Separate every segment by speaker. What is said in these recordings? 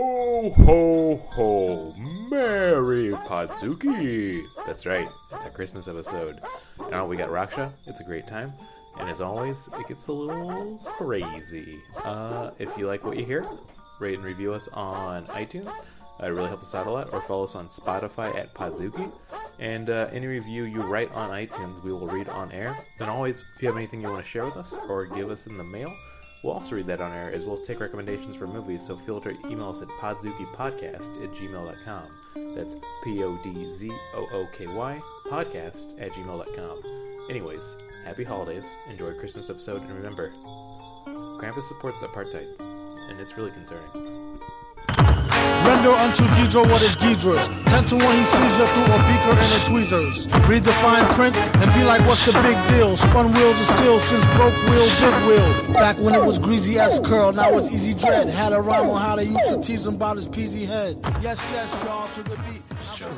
Speaker 1: Ho ho ho! Merry Podzuki! That's right, it's a Christmas episode. Now we got Raksha, it's a great time, and as always, it gets a little crazy. Uh, if you like what you hear, rate and review us on iTunes. Uh, it really helps us out a lot, or follow us on Spotify at Podzuki. And uh, any review you write on iTunes, we will read on air. And always, if you have anything you want to share with us or give us in the mail, We'll also read that on air, as well as take recommendations for movies, so feel free to email us at podzukipodcast at gmail.com. That's P O D Z O O K Y podcast at gmail.com. Anyways, happy holidays, enjoy Christmas episode, and remember Krampus supports apartheid, and it's really concerning.
Speaker 2: Render unto Ghidra what is Ghidra's. Ten to one, he sees you through a beaker and a tweezers. Read the fine print and be like, what's the big deal? Spun wheels of steel since broke wheel, big wheel. Back when it was greasy ass curl, now it's easy dread. Had a rhyme on how they used to tease him about his peasy head. Yes, yes, y'all, to the beat.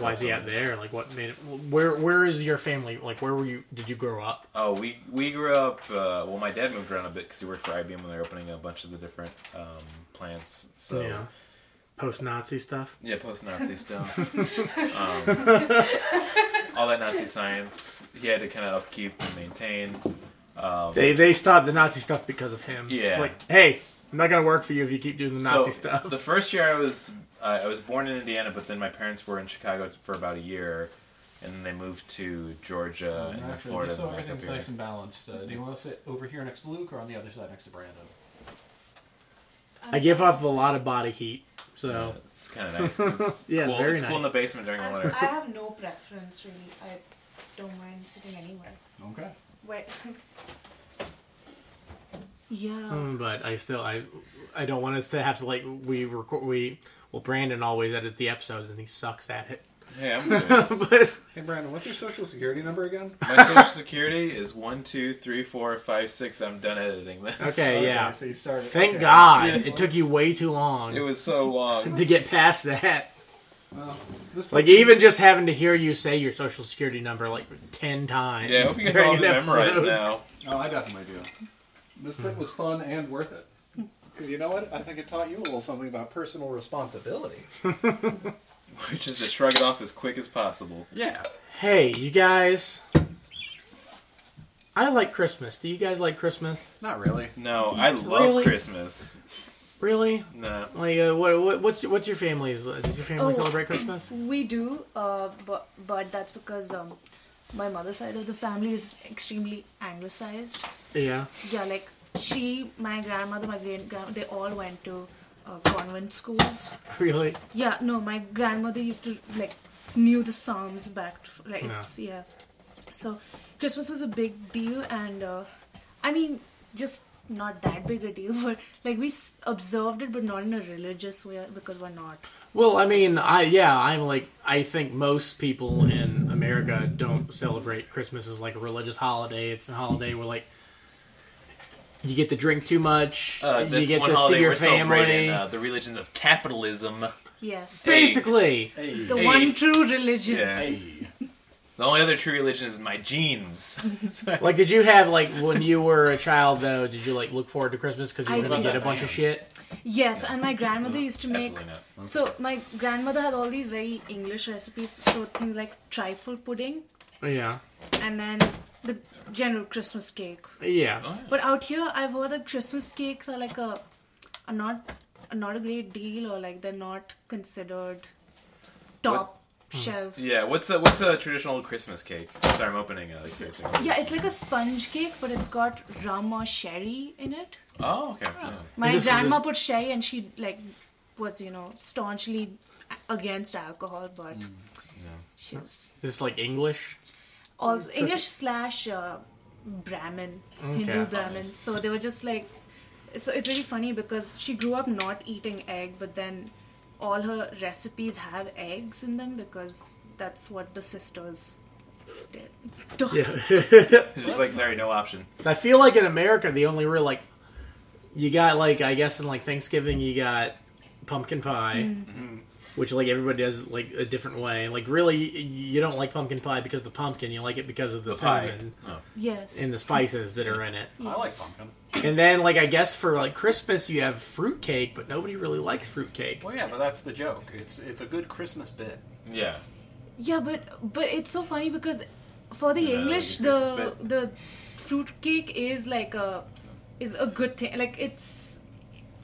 Speaker 3: Why is he out there? Like, what made it? Where Where is your family? Like, where were you? Did you grow up?
Speaker 4: Oh, we we grew up. Uh, well, my dad moved around a bit because he worked for IBM when they were opening a bunch of the different um, plants. So
Speaker 3: Yeah.
Speaker 4: yeah,
Speaker 3: Post Nazi stuff.
Speaker 4: post-Nazi stuff, um, all that Nazi science. He had to kind of upkeep and maintain. Um,
Speaker 3: They They stopped the Nazi stuff because of him.
Speaker 4: Yeah.
Speaker 3: It's like, hey, I'm not gonna work for you if you keep doing the Nazi stuff.
Speaker 4: The first year I was uh, I was born in Indiana, but then my parents were in Chicago for about a year, and then they moved to Georgia
Speaker 5: Oh,
Speaker 4: and then
Speaker 5: Actually,
Speaker 4: Florida.
Speaker 5: so
Speaker 4: and back up
Speaker 5: everything's
Speaker 4: here.
Speaker 5: nice and balanced. Uh, do you want to sit over here next to Luke or on the other side next to Brandon?
Speaker 3: I give off a lot of body heat, so
Speaker 4: It's kind of nice. 'cause It's
Speaker 3: Yeah, it's
Speaker 4: cool.
Speaker 3: very
Speaker 4: it's cool in the
Speaker 3: nice.
Speaker 4: basement during the
Speaker 6: I,
Speaker 4: winter.
Speaker 6: I have no preference really. I don't mind sitting anywhere.
Speaker 5: Okay.
Speaker 6: Wait. yeah.
Speaker 3: Mm, but I still I I don't want us to have to like we record we well Brandon always edits the episodes and he sucks at it.
Speaker 4: Hey, I'm good.
Speaker 3: but
Speaker 7: Hey Brandon, what's your social security number again?
Speaker 4: My social security is one, two, three, four, five, six. I'm done editing this.
Speaker 3: okay, yeah.
Speaker 7: So you started.
Speaker 3: Thank
Speaker 7: okay.
Speaker 3: God it took you way too long
Speaker 4: It was so long.
Speaker 3: to get past that.
Speaker 7: Well, this
Speaker 3: Like even just having to hear you say your social security number like ten times.
Speaker 4: Yeah, I hope you guys
Speaker 3: during
Speaker 4: all
Speaker 3: an
Speaker 4: memorize
Speaker 3: episode.
Speaker 4: now.
Speaker 7: Oh, I definitely do. This bit was fun and worth it. Because you know what? I think it taught you a little something about personal responsibility.
Speaker 4: Which is to shrug it off as quick as possible.
Speaker 7: Yeah.
Speaker 3: Hey, you guys. I like Christmas. Do you guys like Christmas?
Speaker 7: Not really.
Speaker 4: No, I love
Speaker 3: Really?
Speaker 4: Christmas.
Speaker 3: Really?
Speaker 4: Nah.
Speaker 3: Like, uh, what, what, what's your, what's your family's? uh, Does your family
Speaker 6: Oh.
Speaker 3: celebrate Christmas?
Speaker 6: We do, uh, but but that's because um, my mother's side of the family is extremely anglicized.
Speaker 3: Yeah.
Speaker 6: Yeah, like she, my grandmother, my great grand, they all went to uh, convent schools.
Speaker 3: Really?
Speaker 6: Yeah, no, my grandmother used to like knew the psalms back, to, like
Speaker 3: Yeah.
Speaker 6: it's yeah. So Christmas was a big deal, and uh, I mean, just not that big a deal, but like we s- observed it, but not in a religious way because we're not.
Speaker 3: Well, I mean, I yeah, I'm like I think most people in America don't celebrate Christmas as like a religious holiday. It's a holiday where like you get to drink too much,
Speaker 4: Uh,
Speaker 3: you
Speaker 4: that's
Speaker 3: get
Speaker 4: one
Speaker 3: to
Speaker 4: holiday
Speaker 3: see your
Speaker 4: we're celebrating,
Speaker 3: family.
Speaker 4: uh, the religions of capitalism.
Speaker 6: Yes,
Speaker 4: Hey.
Speaker 3: Basically,
Speaker 6: the
Speaker 4: Hey.
Speaker 6: one true religion.
Speaker 4: Yeah. The only other true religion is my jeans.
Speaker 3: like, did you have like when you were a child though? Did you like look forward to Christmas because you were
Speaker 6: I
Speaker 3: gonna
Speaker 6: did.
Speaker 3: get a bunch of shit?
Speaker 6: Yes, and my grandmother used to make.
Speaker 4: Absolutely not.
Speaker 6: So my grandmother had all these very English recipes, so things like trifle pudding,
Speaker 3: Yeah,
Speaker 6: and then the general Christmas cake.
Speaker 3: yeah.
Speaker 6: But out here, I've heard that Christmas cakes are like a, are not, are not a great deal, or like they're not considered top shelf. Yeah.
Speaker 4: Yeah, what's a, what's a traditional Christmas cake? Sorry, I'm opening a Christmas cake.
Speaker 6: it's like a sponge cake, but it's got rum or sherry in it.
Speaker 4: Oh, okay. yeah.
Speaker 6: My
Speaker 3: this-
Speaker 6: grandma
Speaker 3: this-
Speaker 6: put sherry, and she like was you know staunchly a- against alcohol, but she was
Speaker 3: Is this like English?
Speaker 6: also English slash uh, Brahmin, Hindu
Speaker 3: Okay.
Speaker 6: Brahmin. So they were just like, so it's really funny because she grew up not eating egg, but then all her recipes have eggs in them because that's what the sisters did. Don't-
Speaker 4: Just like, sorry, no option.
Speaker 3: I feel like in America, the only real like you got like I guess in like Thanksgiving you got pumpkin pie, which like everybody does like a different way. Like really, you don't like pumpkin pie because of the pumpkin. You like it because of the,
Speaker 4: pie.
Speaker 3: cinnamon
Speaker 6: Yes.
Speaker 3: and the spices that are in it.
Speaker 5: I like pumpkin.
Speaker 3: And then like I guess for like Christmas you have fruitcake, but nobody really likes fruitcake.
Speaker 5: Well, yeah, but that's the joke. It's it's a good Christmas bit.
Speaker 4: Yeah.
Speaker 6: Yeah, but but it's so funny because for the
Speaker 4: Yeah,
Speaker 6: English,
Speaker 4: the Christmas
Speaker 6: the
Speaker 4: bit.
Speaker 6: the fruitcake is like a is a good thing. Like it's,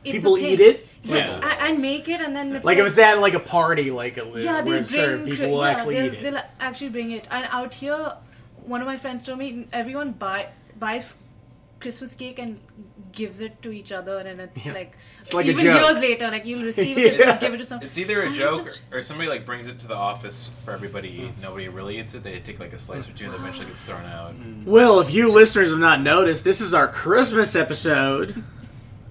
Speaker 6: it's a
Speaker 3: People
Speaker 6: thing.
Speaker 3: eat it.
Speaker 6: Yeah,
Speaker 4: Yeah.
Speaker 6: and, and make it, and then it's
Speaker 3: Like if it's at like a party, like a,
Speaker 6: yeah,
Speaker 3: where
Speaker 6: they
Speaker 3: it's served,
Speaker 6: bring
Speaker 3: people will
Speaker 6: yeah,
Speaker 3: actually
Speaker 6: they'll,
Speaker 3: eat it.
Speaker 6: they'll actually bring it. And out here, one of my friends told me everyone buy buys Christmas cake and gives it to each other, and it's
Speaker 3: Yeah.
Speaker 6: like
Speaker 3: It's like a
Speaker 6: even
Speaker 3: joke.
Speaker 6: years later, like you'll receive it,
Speaker 3: Yeah.
Speaker 6: and give it to someone.
Speaker 4: It's either a
Speaker 6: And
Speaker 4: joke
Speaker 6: just-
Speaker 4: or, or somebody like brings it to the office for everybody. to
Speaker 3: Hmm.
Speaker 4: eat. Nobody really eats it. They take like a slice or two, and then eventually gets thrown out.
Speaker 3: Well, if you listeners have not noticed, this is our Christmas episode.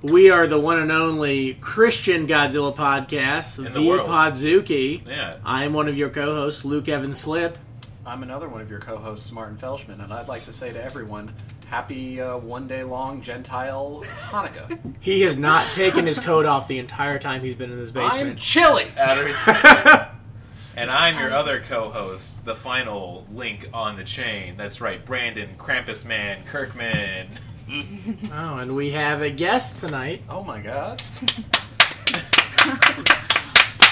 Speaker 3: We are the one and only Christian Godzilla podcast,
Speaker 4: In the
Speaker 3: Via
Speaker 4: world.
Speaker 3: Podzuki.
Speaker 4: Yeah.
Speaker 3: I'm one of your co-hosts, Luke Evans Flip.
Speaker 5: I'm another one of your co-hosts, Martin Felshman, and I'd like to say to everyone, happy uh, one-day-long Gentile Hanukkah.
Speaker 3: He has not taken his coat off the entire time he's been in this
Speaker 5: I'm
Speaker 3: basement.
Speaker 5: chilly.
Speaker 4: Adders. and I'm your other co-host, the final link on the chain. That's right, Brandon Krampus Man Kirkman.
Speaker 3: Oh, and we have a guest tonight.
Speaker 5: Oh my god.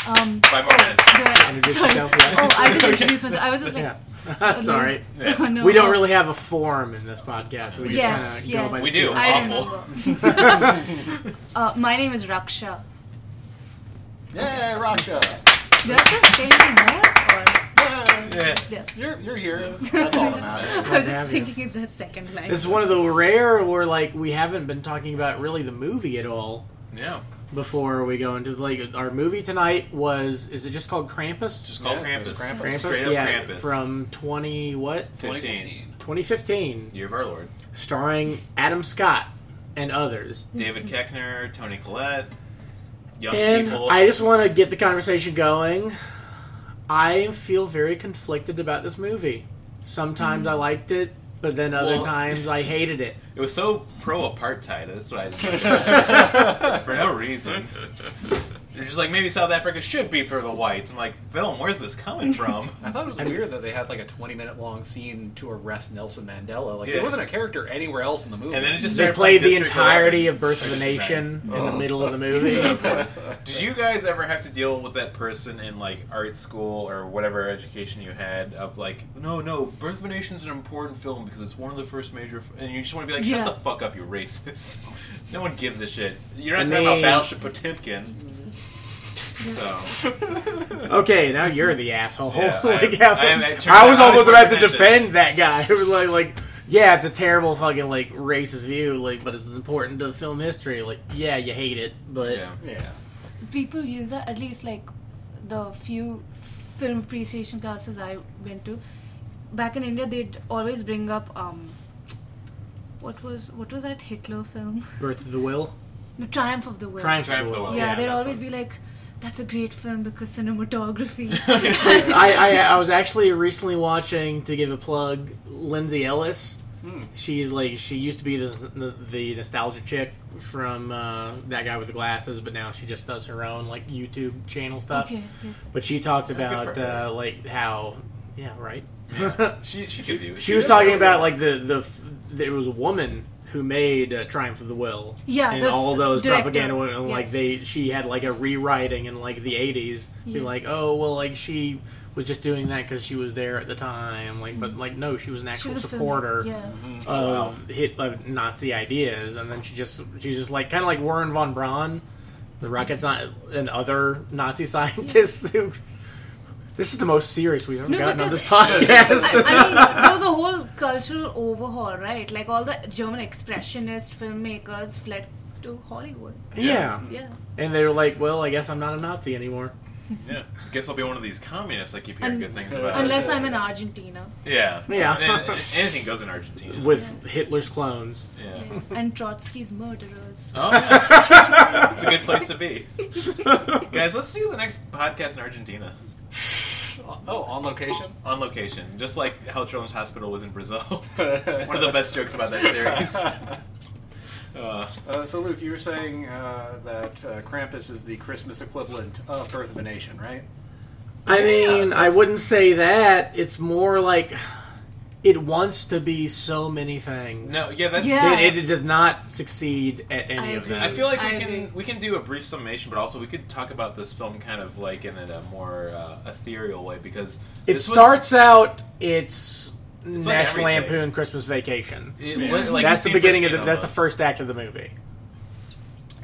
Speaker 6: Um,
Speaker 4: By Martin.
Speaker 3: Introduce
Speaker 6: Sorry.
Speaker 3: yourself, yeah.
Speaker 6: Oh, I just introduced myself. I was just like,
Speaker 3: Yeah. Sorry.
Speaker 4: Yeah.
Speaker 6: oh, no.
Speaker 3: We don't really have a form in this podcast. We just
Speaker 6: Yes,
Speaker 3: kind of
Speaker 6: yes.
Speaker 3: go by
Speaker 4: We do.
Speaker 6: I
Speaker 4: Awful.
Speaker 6: remember. uh, my name is Raksha.
Speaker 5: Yeah, Raksha.
Speaker 6: Do I have to say anything
Speaker 4: Yeah.
Speaker 5: Yay.
Speaker 6: more? Or? Yeah.
Speaker 5: You're you're here. That's all that matters.
Speaker 6: I was
Speaker 3: have
Speaker 6: just
Speaker 3: you.
Speaker 6: thinking it's the second line.
Speaker 3: This is one of the rare where like we haven't been talking about really the movie at all.
Speaker 4: Yeah.
Speaker 3: before we go into like our movie tonight was is it just called Krampus?
Speaker 4: Just call
Speaker 5: Yeah,
Speaker 4: Krampus.
Speaker 5: it's Krampus.
Speaker 4: Straight up
Speaker 3: yeah,
Speaker 4: Krampus.
Speaker 3: from twenty what
Speaker 4: 15.
Speaker 3: 2015,
Speaker 4: Year of our Lord.
Speaker 3: starring Adam Scott and others.
Speaker 4: David Keckner, Tony Collette, young
Speaker 3: Hmm. And
Speaker 4: people.
Speaker 3: I just want to get the conversation going. I feel very conflicted about this movie. Sometimes I liked it, but then other
Speaker 4: Well-
Speaker 3: times I hated it.
Speaker 4: it was so pro apartheid. That's what I just for no reason. They're just like maybe South Africa should be for the whites. I'm like, film, where's this coming from?
Speaker 5: I thought it was weird that they had like a 20 minute long scene to arrest Nelson Mandela. Like,
Speaker 4: Yeah.
Speaker 5: he wasn't a character anywhere else in the movie.
Speaker 4: And then it just
Speaker 3: They
Speaker 4: started
Speaker 3: played
Speaker 4: playing
Speaker 3: the
Speaker 4: District
Speaker 3: entirety
Speaker 4: 11.
Speaker 3: of Birth of a Nation in
Speaker 4: Oh.
Speaker 3: the middle of the movie.
Speaker 4: Did you guys ever have to deal with that person in like art school or whatever education you had of like, no, no, Birth of a Nation's an important film because it's one of the first major, f-, and you just want to be like, shut
Speaker 6: Yeah.
Speaker 4: the fuck up, you racist. no one gives a shit. You're not
Speaker 3: I
Speaker 4: talking
Speaker 3: mean-
Speaker 4: about Battleship Potemkin.
Speaker 6: Mm-hmm.
Speaker 4: So
Speaker 3: Okay, now you're the asshole.
Speaker 4: Yeah, I-
Speaker 3: like,
Speaker 4: I
Speaker 3: how-
Speaker 4: am-
Speaker 3: I,
Speaker 4: it turns out
Speaker 3: was
Speaker 4: I was
Speaker 3: almost about to
Speaker 4: represented.
Speaker 3: defend that guy. It was like, like, yeah, it's a terrible fucking like racist view, like, but it's important to film history. Like, yeah, you hate it, but
Speaker 4: yeah,
Speaker 5: Yeah.
Speaker 6: People use that, at least like the few film appreciation classes I went to. Back in India, they'd always bring up um, what was what was that Hitler film?
Speaker 3: Birth of the Will,
Speaker 6: The Triumph of the Will.
Speaker 3: Triumph, oh,
Speaker 4: Triumph
Speaker 3: of the Will.
Speaker 6: Yeah, they'd
Speaker 4: that's
Speaker 6: always
Speaker 4: one.
Speaker 6: be like, "That's a great film because cinematography."
Speaker 3: I, I I was actually recently watching to give a plug Lindsay Ellis.
Speaker 4: Hmm.
Speaker 3: She's like she used to be the the nostalgia chick from uh, that guy with the glasses, but now she just does her own like YouTube channel stuff.
Speaker 6: okay, yeah.
Speaker 3: But she talked about
Speaker 4: for her.
Speaker 3: uh, like how, yeah, right.
Speaker 4: she she could do. it.
Speaker 3: she was
Speaker 4: did
Speaker 3: talking
Speaker 4: it.
Speaker 3: about like the the f- there was a woman who made uh, Triumph of the Will.
Speaker 6: Yeah,
Speaker 3: and
Speaker 6: the
Speaker 3: all
Speaker 6: s-
Speaker 3: those
Speaker 6: director.
Speaker 3: propaganda women, and, like
Speaker 6: Yes.
Speaker 3: they she had like a rewriting in like the eighties. Be
Speaker 6: Yeah.
Speaker 3: like, oh well, like she was just doing that because she was there at the time. Like, but like no, she was an
Speaker 6: Mm. She
Speaker 3: actual
Speaker 6: was a film-
Speaker 3: supporter Mm-hmm.
Speaker 6: Yeah.
Speaker 3: of
Speaker 4: Oh,
Speaker 3: hit of Nazi ideas, and then she just she's just like kind of like Warren von Braun, the rocket science and other Nazi scientists who. This is the most serious we've ever
Speaker 6: No,
Speaker 3: gotten on
Speaker 6: because-
Speaker 3: this podcast.
Speaker 6: I, I mean, there was a whole cultural overhaul, right? Like all the German expressionist filmmakers fled to Hollywood.
Speaker 3: yeah.
Speaker 6: Yeah.
Speaker 3: And they were like, well, I guess I'm not a Nazi anymore.
Speaker 4: yeah. Guess I'll be one of these communists. I keep hearing
Speaker 6: Un-
Speaker 4: good things about.
Speaker 6: Unless I'm in Argentina
Speaker 4: yeah,
Speaker 3: Yeah.
Speaker 4: And, and anything goes in Argentina.
Speaker 3: With Hitler's clones.
Speaker 4: yeah.
Speaker 6: and Trotsky's murderers.
Speaker 4: Oh, yeah. it's a good place to be. Guys, let's do the next podcast in Argentina
Speaker 5: Oh, on location?
Speaker 4: on location, just like how Children's Hospital was in Brazil. One of the best jokes about that series. Uh,
Speaker 5: Uh, so, Luke, you were saying uh, that uh, Krampus is the Christmas equivalent of Birth of a Nation, right?
Speaker 3: I mean, I wouldn't say that. It's more like it wants to be so many things.
Speaker 4: no, yeah, that's.
Speaker 6: Yeah.
Speaker 3: It, it does not succeed at any
Speaker 6: I
Speaker 3: of
Speaker 6: agree.
Speaker 3: them.
Speaker 4: I feel like we
Speaker 6: I
Speaker 4: can
Speaker 6: agree.
Speaker 4: we can do a brief summation, but also we could talk about this film kind of like in a more uh, ethereal way because
Speaker 3: it
Speaker 4: this was-
Speaker 3: starts out it's,
Speaker 4: like
Speaker 3: National
Speaker 4: everything.
Speaker 3: Lampoon Christmas Vacation.
Speaker 4: it lit- like
Speaker 3: that's the
Speaker 4: scene for
Speaker 3: beginning of the,
Speaker 4: scene
Speaker 3: that's the
Speaker 4: almost.
Speaker 3: first act of the movie.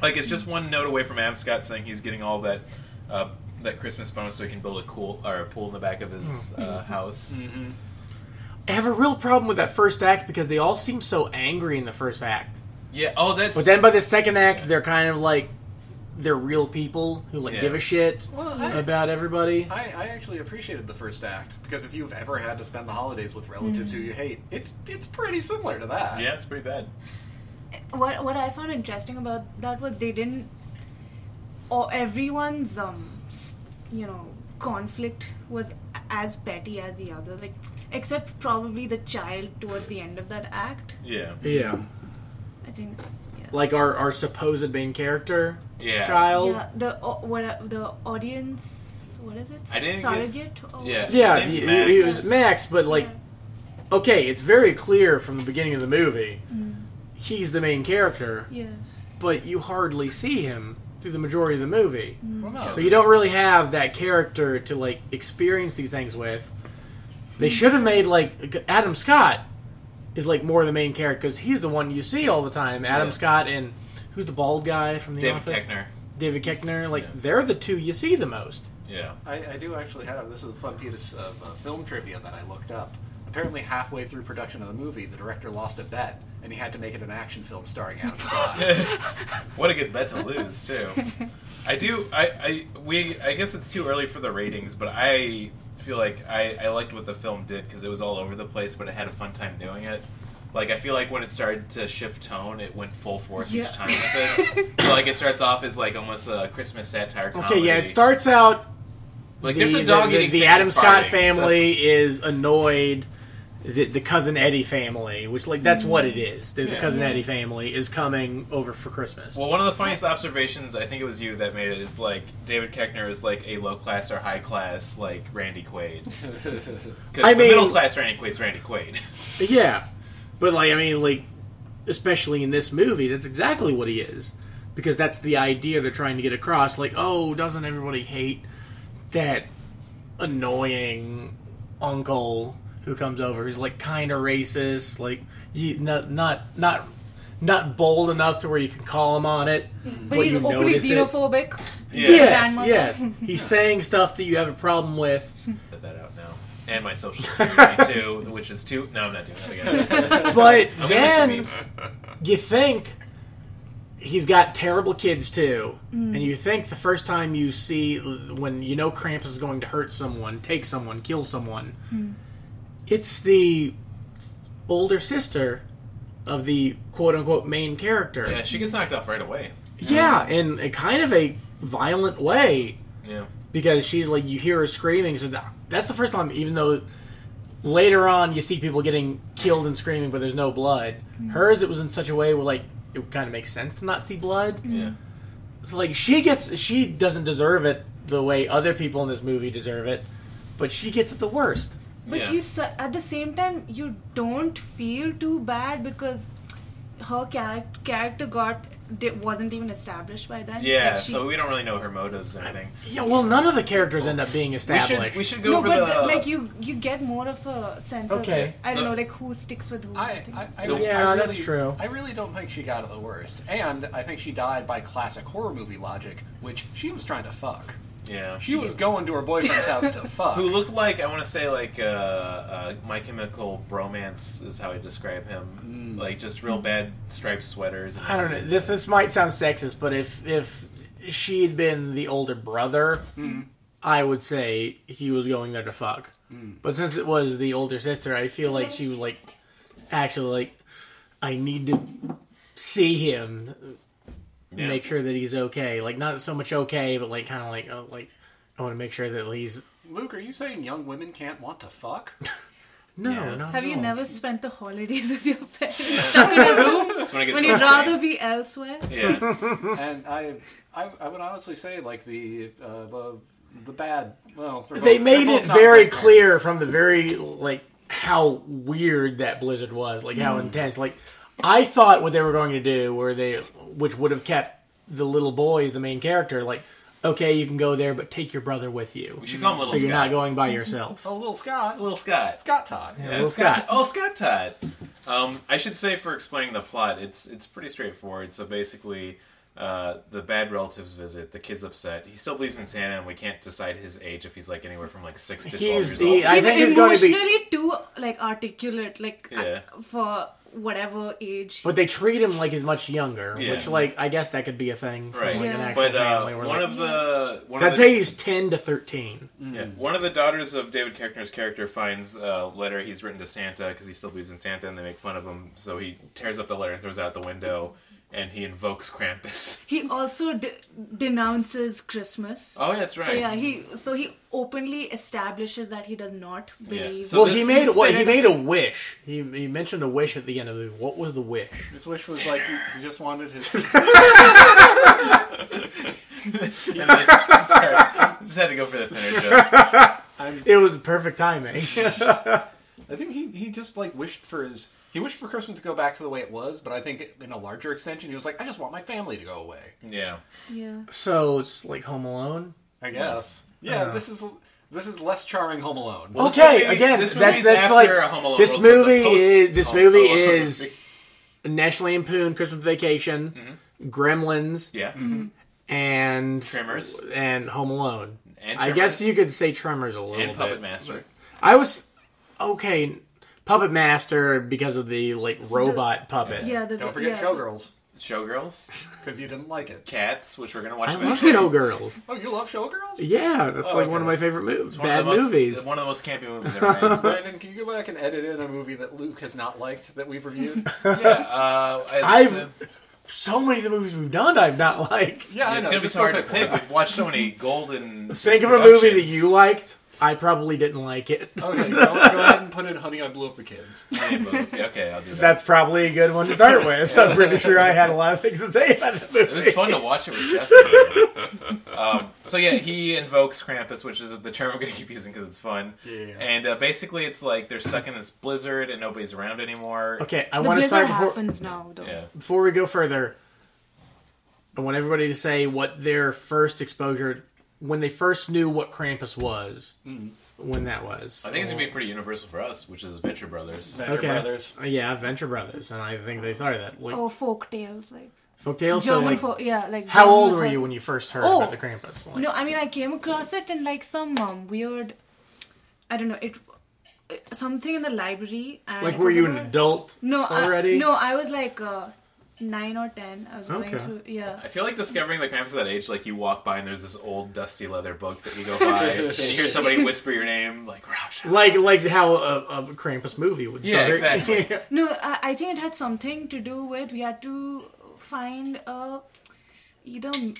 Speaker 4: Like it's just one note away from Amscott saying he's getting all that uh, that Christmas bonus so he can build a cool or a pool in the back of his
Speaker 3: Hmm.
Speaker 4: uh, house.
Speaker 3: I have a real problem with that first act because they all seem so angry in the first act.
Speaker 4: Yeah. Oh, that's.
Speaker 3: But then by the second act, they're kind of like they're real people who like
Speaker 4: Yeah.
Speaker 3: give a shit
Speaker 5: Well, I-
Speaker 3: about everybody.
Speaker 5: I, I actually appreciated the first act because if you've ever had to spend the holidays with relatives who you hate, it's it's pretty similar to that.
Speaker 4: yeah, it's pretty bad.
Speaker 6: what what I found interesting about that was they didn't or everyone's um s- you know conflict was a- as petty as the other like except probably the child towards the end of that act
Speaker 4: Yeah.
Speaker 3: yeah,
Speaker 6: I think yeah
Speaker 3: like our our supposed main character
Speaker 4: Yeah.
Speaker 3: child.
Speaker 6: yeah the au- what uh, the audience what is it
Speaker 4: I didn't get-
Speaker 6: surrogate Oh. or
Speaker 4: Yeah.
Speaker 3: Yeah,
Speaker 4: His
Speaker 3: he,
Speaker 4: name's
Speaker 3: he
Speaker 4: Max.
Speaker 3: was Max, but like, okay, it's very clear from the beginning of the movie
Speaker 5: Mm.
Speaker 3: he's the main character,
Speaker 6: yeah
Speaker 3: but you hardly see him through the majority of the movie.
Speaker 5: Well, no.
Speaker 3: So you don't really have that character to like experience these things with. They should have made like Adam Scott is like more the main character because he's the one you see all the time. Adam
Speaker 4: Yeah.
Speaker 3: Scott and who's the bald guy from the
Speaker 4: David
Speaker 3: office?
Speaker 4: Koechner.
Speaker 3: David Keckner. Like
Speaker 4: Yeah.
Speaker 3: they're the two you see the most.
Speaker 4: Yeah.
Speaker 5: I, I do actually have this is a fun piece of uh, film trivia that I looked up. Apparently, halfway through production of the movie, the director lost a bet and he had to make it an action film starring Adam Scott.
Speaker 4: what a good bet to lose too. I do. I, I we. I guess it's too early for the ratings, but I feel like I, I liked what the film did because it was all over the place, but it had a fun time doing it. Like I feel like when it started to shift tone, it went full force
Speaker 6: Yeah.
Speaker 4: each time with it. so like it starts off as like almost a Christmas satire.
Speaker 3: Okay,
Speaker 4: Comedy.
Speaker 3: yeah, it starts out
Speaker 4: Like
Speaker 3: the,
Speaker 4: there's a dog
Speaker 3: the, the,
Speaker 4: eating
Speaker 3: the
Speaker 4: fish
Speaker 3: Adam
Speaker 4: and
Speaker 3: Scott
Speaker 4: farting, so-
Speaker 3: family is annoyed that the cousin Eddie family, which like that's what it is. The, the
Speaker 4: Yeah.
Speaker 3: cousin Eddie family is coming over for Christmas.
Speaker 4: Well, one of the funniest observations, I think it was you that made it, is like David Keckner is like a low class or high class, like Randy Quaid. Because
Speaker 3: I
Speaker 4: the
Speaker 3: mean-
Speaker 4: middle class Randy Quaid's Randy Quaid.
Speaker 3: Yeah, but like I mean, like especially in this movie, that's exactly what he is because that's the idea they're trying to get across. Like, oh, doesn't everybody hate that annoying uncle who comes over? Who's like kind of racist, like you not not not not bold enough to where you can call him on it.
Speaker 6: but,
Speaker 3: But
Speaker 6: he's
Speaker 3: you
Speaker 6: openly
Speaker 3: notice it.
Speaker 6: xenophobic
Speaker 4: Yeah.
Speaker 3: Yes,
Speaker 6: Grandmother.
Speaker 3: yes, he's saying stuff that you have a problem with.
Speaker 4: Put that out now. And my social security too, which is two. No, I'm not doing that again.
Speaker 3: But
Speaker 4: I'm gonna
Speaker 3: then.
Speaker 4: miss the memes.
Speaker 3: you think he's got terrible kids too, and you think the first time you see when you know Krampus is going to hurt someone, take someone, kill someone, it's the older sister of the quote unquote main character.
Speaker 4: Yeah, she gets knocked off right away.
Speaker 3: Yeah, in a kind of a violent way
Speaker 4: Yeah.
Speaker 3: because she's like you hear her screaming. So that, that's the first time, even though later on you see people getting killed and screaming, but there's no blood. Hers, it was in such a way where like it kind of makes sense to not see blood.
Speaker 4: Yeah.
Speaker 3: So like she gets, she doesn't deserve it the way other people in this movie deserve it, but she gets it the worst.
Speaker 6: But
Speaker 4: Yeah.
Speaker 6: you s- at the same time you don't feel too bad because her char- character got di- wasn't even established by then.
Speaker 4: Yeah,
Speaker 6: Like, she-
Speaker 4: so we don't really know her motives or anything.
Speaker 3: Yeah, well, none of the characters end up being
Speaker 4: We should,
Speaker 3: established.
Speaker 4: we should go
Speaker 6: no,
Speaker 4: over
Speaker 6: but
Speaker 4: the. Uh,
Speaker 6: the- like you you get more of a sense
Speaker 3: Okay.
Speaker 6: of I don't
Speaker 4: The-
Speaker 6: know like who sticks with who.
Speaker 5: I,
Speaker 6: think.
Speaker 5: I, I,
Speaker 3: Yeah,
Speaker 5: I really,
Speaker 3: that's true.
Speaker 5: I really don't think she got it the worst, and I think she died by classic horror movie logic, which she was trying to fuck.
Speaker 4: yeah.
Speaker 5: She was going to her boyfriend's house to fuck.
Speaker 4: Who looked like I want to say like uh, uh, My Chemical Bromance is how I describe him. Like just real bad striped sweaters. And
Speaker 3: Mm. I don't know. This this might sound sexist, but if if she had been the older brother, I would say he was going there to fuck. But since it was the older sister, I feel like she was like actually like I need to see him,
Speaker 4: Yeah.
Speaker 3: make sure that he's okay. Like not so much okay, but like kind of like oh, like I want to make sure that he's
Speaker 5: Luke, are you saying young women can't want to fuck?
Speaker 3: No,
Speaker 1: Yeah.
Speaker 3: not
Speaker 6: Have
Speaker 3: at
Speaker 6: you
Speaker 3: all.
Speaker 6: never spent the holidays with your parents stuck in a room
Speaker 4: That's when it gets
Speaker 6: when you'd rather
Speaker 4: frustrating.
Speaker 6: be elsewhere?
Speaker 4: Yeah.
Speaker 5: and I, I, I would honestly say like the uh, the the bad. Well, they're
Speaker 3: They
Speaker 5: both-
Speaker 3: made
Speaker 5: they're
Speaker 3: it
Speaker 5: both not
Speaker 3: very
Speaker 5: great
Speaker 3: clear
Speaker 5: parents.
Speaker 3: from the very like how weird that blizzard was, like how intense. Like I thought what they were going to do, where they, which would have kept the little boy, the main character, like okay, you can go there, but take your brother with you,
Speaker 4: We should call him
Speaker 3: so
Speaker 4: Little
Speaker 3: you're
Speaker 4: Scott.
Speaker 3: not going by yourself.
Speaker 5: Oh, little Scott,
Speaker 4: Little Scott.
Speaker 5: Scott Todd.
Speaker 4: Yeah,
Speaker 3: Little
Speaker 4: Scott.
Speaker 3: Scott.
Speaker 4: Oh, Scott Todd. Um, I should say for explaining the plot, it's it's pretty straightforward. So basically, uh, the bad relatives visit. The kid's upset. He still believes in Santa, and we can't decide his age if he's like anywhere from like six to twelve
Speaker 3: He's
Speaker 4: years
Speaker 3: the-
Speaker 4: old.
Speaker 3: I
Speaker 6: He's
Speaker 3: think it's going to be-
Speaker 6: emotionally too like articulate, like uh,
Speaker 4: Yeah.
Speaker 6: for whatever age.
Speaker 3: But they treat him like he's much younger,
Speaker 4: Yeah.
Speaker 3: which like I guess that could be a thing, from,
Speaker 4: Right,
Speaker 3: Like, an
Speaker 6: Yeah.
Speaker 3: actual
Speaker 4: but uh,
Speaker 3: family. Where,
Speaker 4: one
Speaker 3: like, "Mm."
Speaker 4: of the Mm. one
Speaker 3: I'd
Speaker 4: of the,
Speaker 3: say he's ten to thirteen.
Speaker 4: Yeah. One of the daughters of David Koechner's character finds a letter he's written to Santa because he still believes in Santa, and they make fun of him. So he tears up the letter and throws it out the window, and he invokes Krampus.
Speaker 6: he also de- denounces Christmas.
Speaker 4: Oh, yeah, that's right.
Speaker 6: So yeah, he so he openly establishes that he does not believe.
Speaker 4: So
Speaker 3: well,
Speaker 4: this-
Speaker 3: he made what he
Speaker 6: Spirit
Speaker 3: made a
Speaker 6: of-
Speaker 3: wish. He, he mentioned a wish at the end of the. What was the wish?
Speaker 5: His wish was like he, he just wanted his.
Speaker 4: And then- sorry, just had to go for the thinner joke.
Speaker 3: It was perfect timing.
Speaker 5: I think he, he just like wished for his. He wished for Christmas to go back to the way it was, but I think in a larger extension, he was like, I just want my family to go away.
Speaker 4: Yeah.
Speaker 6: Yeah.
Speaker 3: So it's like Home Alone.
Speaker 5: I guess. Yeah, this is this is less charming Home Alone.
Speaker 4: Well, this
Speaker 3: okay,
Speaker 4: movie-
Speaker 3: again,
Speaker 4: this
Speaker 3: that,
Speaker 4: movie's
Speaker 3: that's
Speaker 4: after
Speaker 3: like
Speaker 4: Home Alone.
Speaker 3: this
Speaker 4: Well, it's like the
Speaker 3: movie
Speaker 4: post-
Speaker 3: is this
Speaker 4: Home
Speaker 3: movie
Speaker 4: Alone.
Speaker 3: is National Lampoon Christmas Vacation,
Speaker 4: Mm-hmm.
Speaker 3: Gremlins,
Speaker 4: yeah.
Speaker 5: Mm-hmm.
Speaker 3: and
Speaker 4: Tremors.
Speaker 3: and Home Alone.
Speaker 4: And
Speaker 3: I guess
Speaker 4: Tremors.
Speaker 3: you could say Tremors a little
Speaker 4: and
Speaker 3: bit.
Speaker 4: Puppet Master.
Speaker 3: I was okay. Puppet Master because of the like robot puppet.
Speaker 6: Yeah. The,
Speaker 5: Don't forget
Speaker 6: yeah,
Speaker 5: Showgirls
Speaker 4: Showgirls,
Speaker 5: because you didn't like it.
Speaker 4: Cats, which we're gonna watch.
Speaker 3: I love
Speaker 4: eventually.
Speaker 3: Showgirls.
Speaker 5: Oh, you love Showgirls?
Speaker 3: Yeah, that's
Speaker 5: Oh,
Speaker 3: like
Speaker 5: okay.
Speaker 3: one of my favorite movies.
Speaker 4: One of the
Speaker 3: Bad
Speaker 4: most-
Speaker 3: movies.
Speaker 4: One of the most campy movies ever made.
Speaker 5: Brandon, can you go back and edit in a movie that Luke has not liked that we've reviewed?
Speaker 4: yeah. Uh, I,
Speaker 3: I've so many of the movies we've done I've not liked.
Speaker 5: yeah, I
Speaker 4: it's
Speaker 5: know.
Speaker 4: gonna be
Speaker 5: just
Speaker 4: so hard
Speaker 5: go
Speaker 4: to pick. We've watched so many golden.
Speaker 3: Think of a movie that
Speaker 4: productions.
Speaker 3: you liked. I probably didn't like it.
Speaker 5: one. Okay, go, go ahead and put in Honey, I Blew Up the Kids.
Speaker 4: Okay, okay, I'll do that.
Speaker 3: That's probably a good one to start with. I'm pretty sure I had a lot of things to say about this movie.
Speaker 4: It was fun to watch it with Jessica. um, so yeah, he invokes Krampus, which is the term I'm going to keep using because it's fun.
Speaker 5: Yeah.
Speaker 4: And uh, basically, it's like they're stuck in this blizzard and nobody's around anymore.
Speaker 3: Okay, I
Speaker 6: The
Speaker 3: want to start
Speaker 6: blizzard
Speaker 3: before
Speaker 6: happens now, though.
Speaker 4: Yeah.
Speaker 3: before we go further. I want everybody to say what their first exposure, when they first knew what Krampus was, when that was.
Speaker 4: Mm-hmm. I think it's gonna be pretty universal for us, which is Venture Brothers.
Speaker 5: Venture
Speaker 3: Okay.
Speaker 5: Brothers.
Speaker 3: Uh, Yeah, Venture Brothers, and I think they started that. Like,
Speaker 6: Or Oh, folk tales, like
Speaker 3: folktales. So,
Speaker 6: German
Speaker 3: like,
Speaker 6: folk. Yeah, like.
Speaker 3: how
Speaker 6: German
Speaker 3: old were
Speaker 6: folk-
Speaker 3: you when you first heard
Speaker 6: Oh.
Speaker 3: about the Krampus? Like,
Speaker 6: No, I mean I came across it in like some um, weird, I don't know it, something in the library. And
Speaker 3: like
Speaker 6: it
Speaker 3: were
Speaker 6: was
Speaker 3: you an
Speaker 6: about-
Speaker 3: adult
Speaker 6: no I-
Speaker 3: already?
Speaker 6: no, I was like uh, nine or ten. I was going
Speaker 3: Okay.
Speaker 6: to yeah.
Speaker 4: I feel like discovering the Krampus at that age, like you walk by and there's this old dusty leather book that you go by, and you hear somebody whisper your name, like Raksha.
Speaker 3: Like, like how a, a Krampus movie would
Speaker 4: Yeah,
Speaker 3: start.
Speaker 4: exactly.
Speaker 6: No, I, I think it had something to do with we had to find a either m-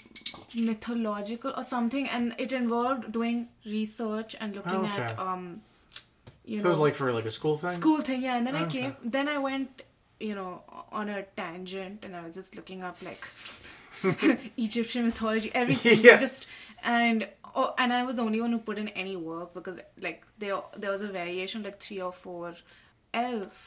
Speaker 6: mythological or something, and it involved doing research and looking
Speaker 3: Okay.
Speaker 6: at um,
Speaker 3: So
Speaker 6: you
Speaker 3: it
Speaker 6: know
Speaker 3: was like for like a school thing.
Speaker 6: school thing yeah and then i
Speaker 3: Okay.
Speaker 6: came then i went you know on a tangent and i was just looking up like egyptian mythology everything
Speaker 3: Yeah.
Speaker 6: just and oh, and i was the only one who put in any work because like there there was a variation like three or four elf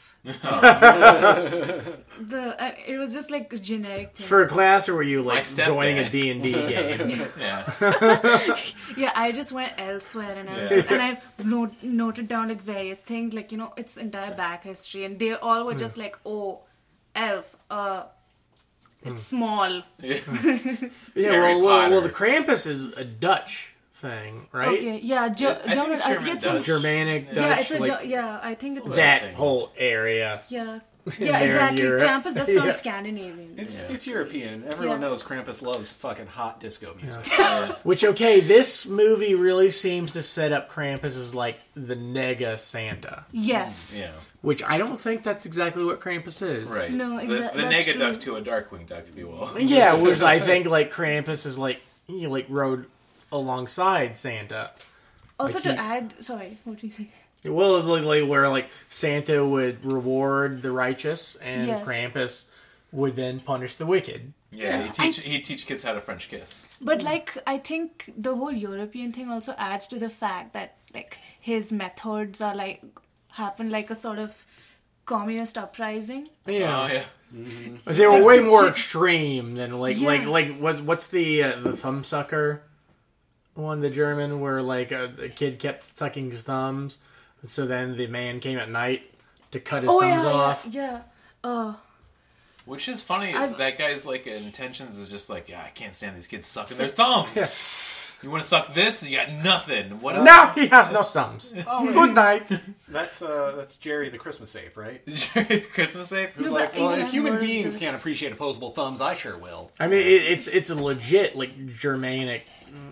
Speaker 6: the uh, it was just like generic things.
Speaker 3: for a class, or were you like
Speaker 4: stepdad.
Speaker 3: joining a D and D game?
Speaker 4: Yeah.
Speaker 6: Yeah, I just went elsewhere and I was
Speaker 4: Yeah.
Speaker 6: and I note, noted down like various things, like you know, its entire back history, and they all were just like, oh, elf, uh, it's small.
Speaker 3: yeah,
Speaker 4: Harry
Speaker 3: well, well, well,
Speaker 4: Potter.
Speaker 3: the Krampus is a Dutch thing, right?
Speaker 6: Okay, yeah, Ge-
Speaker 4: Yeah, I think
Speaker 6: German.
Speaker 4: it's
Speaker 6: I
Speaker 4: German,
Speaker 6: get some-
Speaker 4: Dutch.
Speaker 3: Germanic, Dutch,
Speaker 6: yeah, it's a
Speaker 3: like
Speaker 6: Ge- yeah. I think it's
Speaker 4: That
Speaker 3: that
Speaker 4: thing.
Speaker 3: whole area.
Speaker 6: yeah, yeah,
Speaker 3: in
Speaker 6: exactly.
Speaker 3: Europe.
Speaker 6: Krampus does sound
Speaker 3: Yeah.
Speaker 6: Scandinavian.
Speaker 5: It's it's European. Everyone
Speaker 6: Yeah.
Speaker 5: knows Krampus loves fucking hot disco music.
Speaker 3: Which okay, this movie really seems to set up Krampus as like the nega Santa,
Speaker 6: Yes.
Speaker 4: Yeah.
Speaker 3: which I don't think that's exactly what Krampus is.
Speaker 4: Right.
Speaker 6: No,
Speaker 4: The,
Speaker 6: exa-
Speaker 4: the
Speaker 6: that's
Speaker 4: nega
Speaker 6: true.
Speaker 4: duck to a darkwing duck, if you will.
Speaker 3: Yeah, which I think like Krampus is like he like rode alongside Santa.
Speaker 6: Also,
Speaker 3: Like
Speaker 6: to
Speaker 3: he-
Speaker 6: add, sorry, what do you say?
Speaker 3: Well, it's like, like where like Santa would reward the righteous, and
Speaker 6: Yes.
Speaker 3: Krampus would then punish the wicked.
Speaker 4: Yeah, he teach he teach kids how to French kiss.
Speaker 6: But like, I think the whole European thing also adds to the fact that like his methods are like happen like a sort of communist uprising.
Speaker 3: Yeah,
Speaker 4: Oh yeah.
Speaker 3: they were way
Speaker 6: Like,
Speaker 3: more
Speaker 6: to-
Speaker 3: extreme than like
Speaker 6: Yeah.
Speaker 3: like like what what's the uh, the thumb sucker one the German where like a, the kid kept sucking his thumbs, so then the man came at night to cut his
Speaker 6: oh
Speaker 3: thumbs
Speaker 6: yeah,
Speaker 3: off.
Speaker 6: yeah, yeah. Oh,
Speaker 4: Which is funny.
Speaker 6: I've-
Speaker 4: That guy's like intentions is just like, yeah, I can't stand these kids sucking their thumbs. You want to suck this? You got nothing. What? a-
Speaker 3: Now he has no thumbs. Good night.
Speaker 5: That's uh, that's Jerry the Christmas ape, right?
Speaker 4: Christmas ape.
Speaker 5: Who's
Speaker 6: No,
Speaker 5: like,
Speaker 6: but
Speaker 5: well, if
Speaker 6: England
Speaker 5: human
Speaker 6: learned
Speaker 5: beings
Speaker 6: this-
Speaker 5: can't appreciate opposable thumbs, I sure will.
Speaker 3: I mean, it, it's it's a legit like Germanic.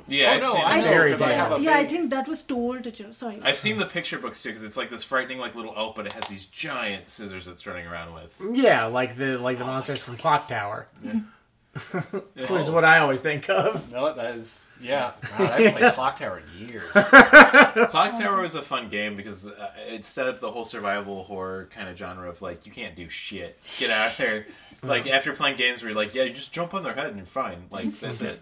Speaker 4: Yeah, I've,
Speaker 5: Oh, no,
Speaker 4: seen
Speaker 5: I
Speaker 4: it.
Speaker 5: know
Speaker 3: Fairy
Speaker 5: because I
Speaker 3: tale.
Speaker 5: have a
Speaker 6: yeah. I
Speaker 5: big-
Speaker 6: think that was told. To, Jer- sorry.
Speaker 4: I've
Speaker 3: Hmm.
Speaker 4: seen the picture books too, because it's like this frightening like little elf, but it has these giant scissors it's running around with.
Speaker 3: Yeah, like the like the monsters from Clock Tower, which is what I always think of.
Speaker 5: No, that is yeah. God, I haven't played Clock Tower in years.
Speaker 4: Clock Tower was a fun game because uh, it set up the whole survival horror kind of genre of like you can't do shit, get out there. Like after playing games where you're like, yeah, you just jump on their head and you're fine. Like that's it.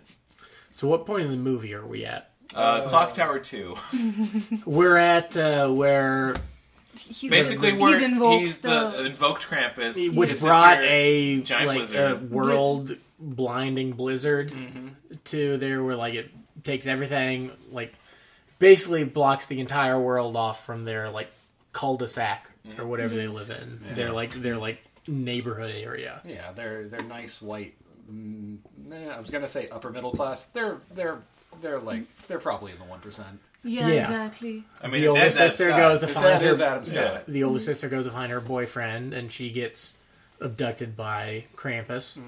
Speaker 3: So, what point in the movie are we at?
Speaker 4: Uh, Clock Tower Two.
Speaker 3: We're at uh, where
Speaker 6: He's,
Speaker 4: Basically,
Speaker 6: he's
Speaker 4: we're,
Speaker 6: invoked
Speaker 4: he's
Speaker 6: the.
Speaker 4: the invoked Krampus,
Speaker 3: which
Speaker 4: his
Speaker 3: brought
Speaker 4: sister-
Speaker 3: a
Speaker 4: giant
Speaker 3: like a
Speaker 4: blizzard. Mm-hmm.
Speaker 3: world blinding blizzard to there where like it takes everything like basically blocks the entire world off from their like cul-de-sac
Speaker 4: Mm-hmm.
Speaker 3: or whatever they live in their like their like neighborhood area
Speaker 5: yeah, they're they're nice white. mm, Nah, I was gonna say upper middle class. They're they're they're like they're probably in the one percent.
Speaker 6: yeah,
Speaker 3: Yeah.
Speaker 6: exactly.
Speaker 4: I mean,
Speaker 3: the
Speaker 4: his
Speaker 3: older
Speaker 4: dad- that's
Speaker 3: sister
Speaker 4: Scott.
Speaker 3: goes to
Speaker 5: His
Speaker 3: find
Speaker 5: dad
Speaker 3: her
Speaker 5: is Adam Scott.
Speaker 3: the older sister goes to find her boyfriend and she gets abducted by Krampus.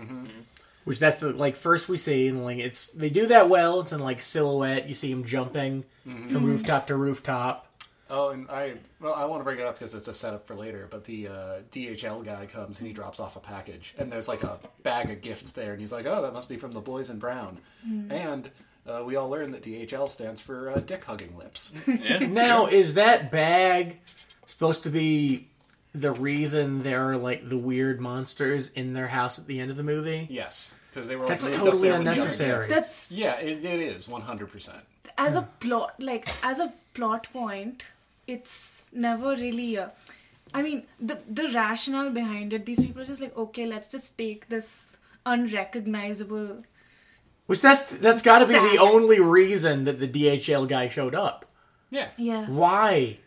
Speaker 3: Which that's the like first we see and like it's they do that well. It's in like silhouette. You see him jumping from rooftop to rooftop.
Speaker 5: Oh, and I well, I want to bring it up because it's a setup for later. But the uh, DHL guy comes and he drops off a package, and there's like a bag of gifts there, and he's like, "Oh, that must be from the boys in brown." And uh, we all learn that DHL stands for uh, dick hugging lips.
Speaker 3: Now is that bag supposed to be the reason there are like the weird monsters in their house at the end of the movie?
Speaker 5: yes, because they were. all
Speaker 3: That's
Speaker 5: moved up
Speaker 3: totally
Speaker 5: there with the other
Speaker 3: unnecessary.
Speaker 5: gifts.
Speaker 6: That's
Speaker 5: Yeah, it, it is one hundred percent.
Speaker 6: as a plot like as a plot point it's never really a, i mean the the rationale behind it these people are just like okay let's just take this unrecognizable
Speaker 3: Which that's that's got to be the
Speaker 6: Sack.
Speaker 3: only reason that the DHL guy showed up.
Speaker 5: Yeah.
Speaker 6: yeah
Speaker 3: Why?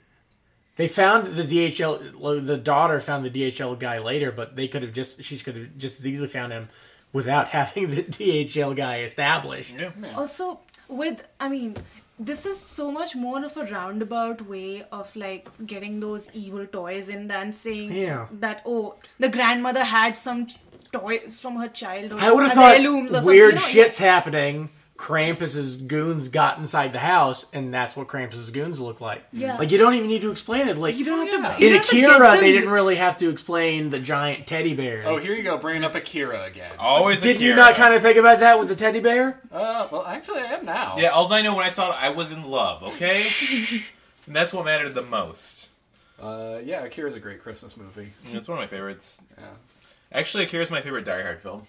Speaker 3: They found the DHL. The daughter found the DHL guy later, but they could have just she could have just as easily found him without having the DHL guy established.
Speaker 6: also with i mean this is so much more of a roundabout way of like getting those evil toys in than saying
Speaker 3: Yeah.
Speaker 6: that oh the grandmother had some toys from her child or
Speaker 3: I would have
Speaker 6: as
Speaker 3: thought
Speaker 6: heirlooms or something, you
Speaker 3: weird
Speaker 6: know,
Speaker 3: shit's happening. Krampus's goons got inside the house, and that's what Krampus's goons look like.
Speaker 6: Yeah.
Speaker 3: like you don't even need to explain it. Like
Speaker 6: you don't have to
Speaker 3: in
Speaker 6: you don't have to get
Speaker 3: Akira,
Speaker 6: them-
Speaker 3: they didn't really have to explain the giant teddy bear.
Speaker 5: Oh, here you go, bringing up Akira again.
Speaker 3: Oh.
Speaker 4: Always.
Speaker 3: Did you not kind of think about that with the teddy bear?
Speaker 5: Uh, well, actually, I am now.
Speaker 4: Yeah, all I know when I saw it, I was in love. Okay, and that's what mattered the most.
Speaker 5: Uh, yeah, Akira's a great Christmas movie.
Speaker 4: And It's one of my favorites.
Speaker 5: Yeah.
Speaker 4: Actually, Akira's my favorite Die Hard film.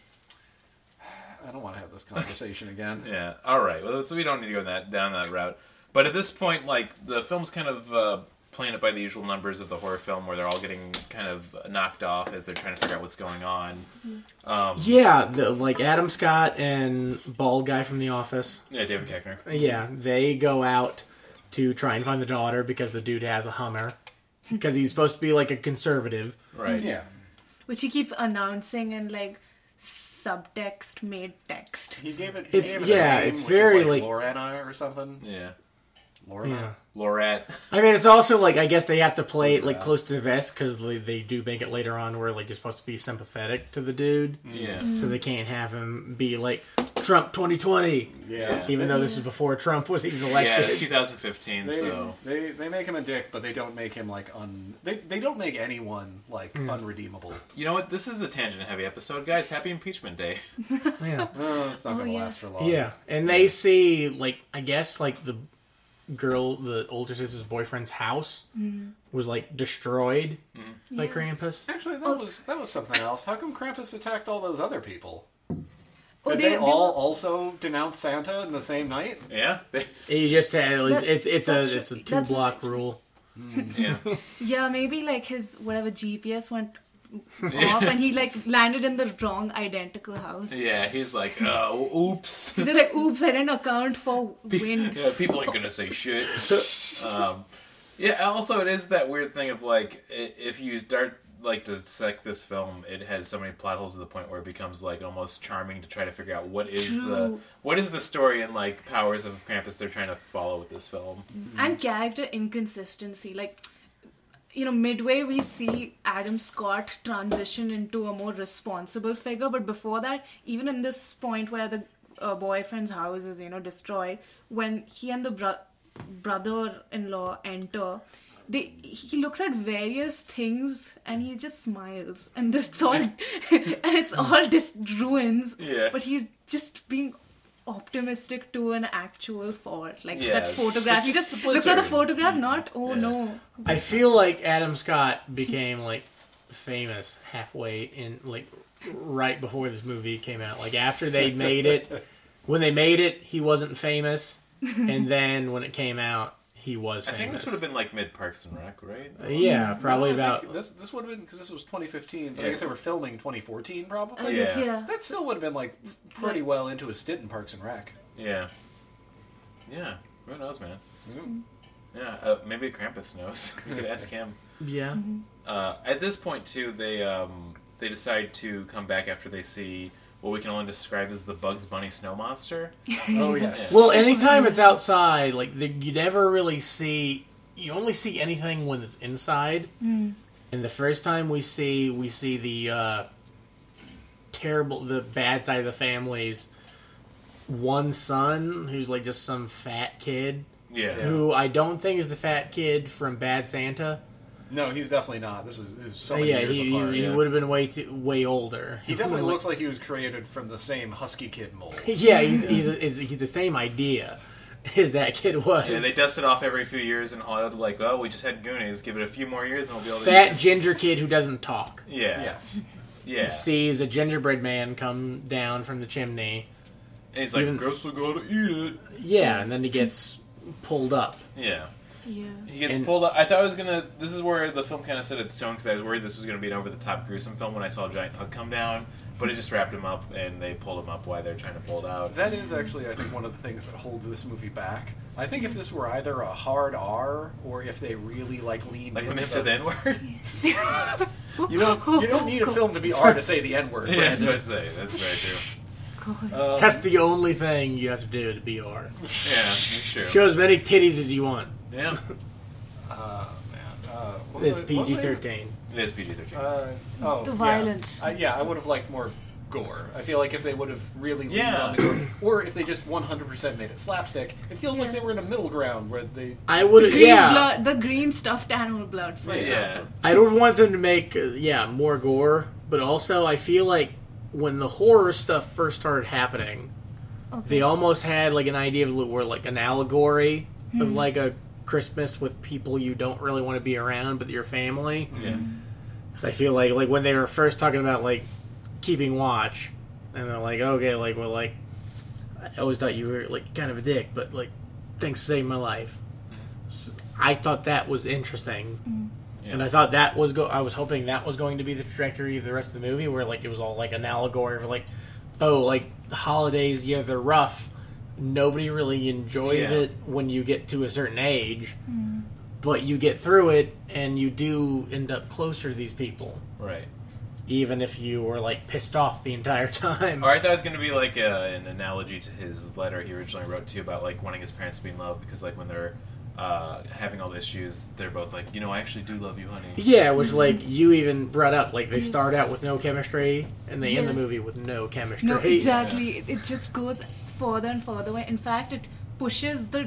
Speaker 5: I don't want to have this conversation again.
Speaker 4: Yeah. All right. Well, so we don't need to go that down that route. But at this point, like the film's kind of uh, playing it by the usual numbers of the horror film, where they're all getting kind of knocked off as they're trying to figure out what's going on. Um,
Speaker 3: Yeah, the like Adam Scott and bald guy from The Office.
Speaker 4: yeah, David Keckner.
Speaker 3: Yeah, they go out to try and find the daughter because the dude has a Hummer. Because he's supposed to be like a conservative.
Speaker 4: Right.
Speaker 5: Yeah.
Speaker 6: which he keeps announcing in like subtext made text.
Speaker 5: He gave it.
Speaker 3: It's-
Speaker 5: gave it
Speaker 3: yeah,
Speaker 5: a name,
Speaker 3: it's
Speaker 5: which
Speaker 3: very,
Speaker 5: is
Speaker 3: like-
Speaker 5: like, Lorena or something.
Speaker 4: Yeah.
Speaker 5: Lorena.
Speaker 4: Lorette.
Speaker 3: I mean, it's also like I guess they have to play it like close to the vest because they, they do make it later on where like you're supposed to be sympathetic to the dude,
Speaker 4: Yeah.
Speaker 3: so they can't have him be like Trump 2020,
Speaker 5: Yeah.
Speaker 3: even though this is before Trump was even
Speaker 4: Yeah. It's
Speaker 3: elected.
Speaker 4: 2015.
Speaker 5: They,
Speaker 4: So
Speaker 5: they they make him a dick, but they don't make him like un. They they don't make anyone like
Speaker 3: Mm.
Speaker 5: unredeemable.
Speaker 4: you know what? This is a tangent-heavy episode, guys. Happy Impeachment Day.
Speaker 3: Yeah.
Speaker 5: Oh, it's not
Speaker 6: Oh,
Speaker 5: gonna
Speaker 6: yeah.
Speaker 5: last for long.
Speaker 3: Yeah, and they see like I guess like the girl, the older sister's boyfriend's house was like destroyed
Speaker 4: Mm.
Speaker 3: by
Speaker 6: Mm-hmm. Yeah.
Speaker 3: Krampus.
Speaker 5: Actually, that was that was something else. How come Krampus attacked all those other people?
Speaker 6: Oh,
Speaker 5: Did
Speaker 6: they-
Speaker 5: they,
Speaker 6: they
Speaker 5: all
Speaker 6: were-
Speaker 5: also denounce Santa in the same night?
Speaker 4: Yeah,
Speaker 3: You just had
Speaker 6: That-
Speaker 3: it's it's
Speaker 6: that's
Speaker 3: a it's a
Speaker 6: right.
Speaker 3: two
Speaker 6: That's
Speaker 3: block
Speaker 6: right.
Speaker 3: rule.
Speaker 4: yeah.
Speaker 6: Yeah, maybe like his whatever GPS went off and he like landed in the wrong identical house.
Speaker 4: Yeah, he's like, oh, oops.
Speaker 6: He's just like, oops, I didn't account for wind.
Speaker 4: Yeah, people ain't gonna say shit. um, yeah. Also, it is that weird thing of like, i- if you start like to dissect this film, it has so many plot holes to the point where it becomes like almost charming to try to figure out what is the
Speaker 6: True.
Speaker 4: what is the story and like powers of Krampus they're trying to follow with this film.
Speaker 6: Mm-hmm. And character inconsistency. Like, you know, midway we see Adam Scott transition into a more responsible figure, but before that, even in this point where the uh, boyfriend's house is, you know, destroyed, when he and the bro- brother in law enter, they, he looks at various things and he just smiles and that's all and it's all just ruins
Speaker 4: Yeah.
Speaker 6: but he's just being optimistic to an actual fault like
Speaker 4: Yeah,
Speaker 6: that
Speaker 4: it's
Speaker 6: photograph he
Speaker 4: just
Speaker 6: just
Speaker 4: the
Speaker 6: looks at the
Speaker 4: blizzard.
Speaker 6: photograph not oh
Speaker 4: Yeah.
Speaker 6: no
Speaker 3: I feel like Adam Scott became like famous halfway in like right before this movie came out. Like after they made it, when they made it, he wasn't famous, and then when it came out, he was
Speaker 4: I
Speaker 3: famous.
Speaker 4: think this would have been like mid Parks and Rec, right?
Speaker 3: yeah, probably
Speaker 5: I think
Speaker 3: about
Speaker 5: this. This would have been because this was 2015. But I
Speaker 4: Yeah.
Speaker 5: guess they were filming 2014,
Speaker 6: I
Speaker 5: probably.
Speaker 6: guess,
Speaker 4: Yeah.
Speaker 6: Oh, yeah
Speaker 5: That still would have been like pretty well into his stint in Parks and Rec.
Speaker 4: Yeah. Yeah. Who knows, man? Yeah. Uh, maybe Krampus knows. you could ask him.
Speaker 3: yeah.
Speaker 4: Uh, at this point, too, they um, they decide to come back after they see what we can only describe as the Bugs Bunny snow monster.
Speaker 5: Oh yes.
Speaker 3: Well, anytime it's outside, like the, you never really see. You only see anything when it's inside. And the first time we see, we see the uh, terrible, the bad side of the family's one son, who's like just some fat kid,
Speaker 4: Yeah.
Speaker 3: who I don't think is the fat kid from Bad Santa.
Speaker 5: No, he's definitely not. This was, this was so many
Speaker 3: Uh, yeah,
Speaker 5: years
Speaker 3: he, he,
Speaker 5: apart.
Speaker 3: he
Speaker 5: yeah.
Speaker 3: would have been way too, way older.
Speaker 5: He definitely looks like he was created from the same husky kid mold.
Speaker 3: yeah, he's, he's, he's, he's the same idea as that kid was.
Speaker 4: Yeah, they dust it off every few years in Hollywood. Like, oh, we just had Goonies. Give it a few more years, and we'll be able to.
Speaker 3: fat ginger kid who doesn't talk.
Speaker 4: Yeah.
Speaker 5: Yes.
Speaker 4: Yeah.
Speaker 3: sees a gingerbread man come down from the chimney.
Speaker 4: And he's like,
Speaker 3: Even-
Speaker 4: "Ghosts will go to eat it."
Speaker 3: Yeah, and then he gets pulled up.
Speaker 4: Yeah.
Speaker 6: yeah
Speaker 4: He gets
Speaker 3: And-
Speaker 4: pulled up. I thought I was gonna. This is where the film kind of set its tone because I was worried this was gonna be an over-the-top gruesome film when I saw a giant hook come down, but it just wrapped him up and they pulled him up while they're trying to pull it out.
Speaker 5: That is actually, I think, one of the things that holds this movie back. I think if this were either a hard R or if they really like lean
Speaker 4: Like
Speaker 5: into
Speaker 4: when they said the
Speaker 5: those-
Speaker 4: N-word.
Speaker 5: you Oh, don't you don't need a film to be R to say the N word.
Speaker 4: Yeah, that's what I'd say. That's very true.
Speaker 5: oh. uh,
Speaker 6: God.
Speaker 3: That's the only thing you have to do to be R.
Speaker 4: Yeah, that's true.
Speaker 3: Show as many titties as you want.
Speaker 4: Yeah,
Speaker 5: Uh, man, uh, what
Speaker 3: It's
Speaker 5: would I- what would
Speaker 3: PG
Speaker 5: I-
Speaker 3: thirteen.
Speaker 4: it is PG thirteen.
Speaker 5: Uh, oh,
Speaker 6: The
Speaker 5: yeah.
Speaker 6: violence.
Speaker 5: I- yeah, I would have liked more gore. I feel like if they would have really leaned
Speaker 4: Yeah.
Speaker 5: on the gore, or if they just 100% made it slapstick, it feels like
Speaker 6: Yeah.
Speaker 5: they were in a middle ground where they.
Speaker 3: I would,
Speaker 6: green
Speaker 3: yeah.
Speaker 6: blood the green stuffed animal blood for
Speaker 4: yeah,
Speaker 3: I don't want them to make, uh, yeah, more gore. But also, I feel like when the horror stuff first started happening,
Speaker 6: Okay.
Speaker 3: they almost had like an idea of where like an allegory
Speaker 5: Hmm.
Speaker 3: of like a Christmas with people you don't really want to be around, but your family.
Speaker 4: yeah.
Speaker 3: 'Cause I feel like like when they were first talking about like keeping watch, and they're like, okay, like well, like I always thought you were like kind of a dick, but like thanks for saving my life. So I thought that was interesting, and I thought that was go. I was hoping that was going to be the trajectory of the rest of the movie, where like it was all like an allegory for like, oh, like the holidays, yeah, they're rough. Nobody really enjoys
Speaker 4: Yeah.
Speaker 3: it when you get to a certain age. But you get through it, and you do end up closer to these people
Speaker 4: Right.
Speaker 3: even if you were like pissed off the entire time.
Speaker 4: Or I thought it was gonna be like uh, an analogy to his letter he originally wrote to you about like wanting his parents to be in love because like when they're uh, having all the issues, they're both like, you know, I actually do love you, honey.
Speaker 3: Yeah, which like you even brought up, like they start out with no chemistry and they end the
Speaker 6: Yeah.
Speaker 3: movie with no chemistry.
Speaker 6: no exactly it just goes further and further away in fact it pushes the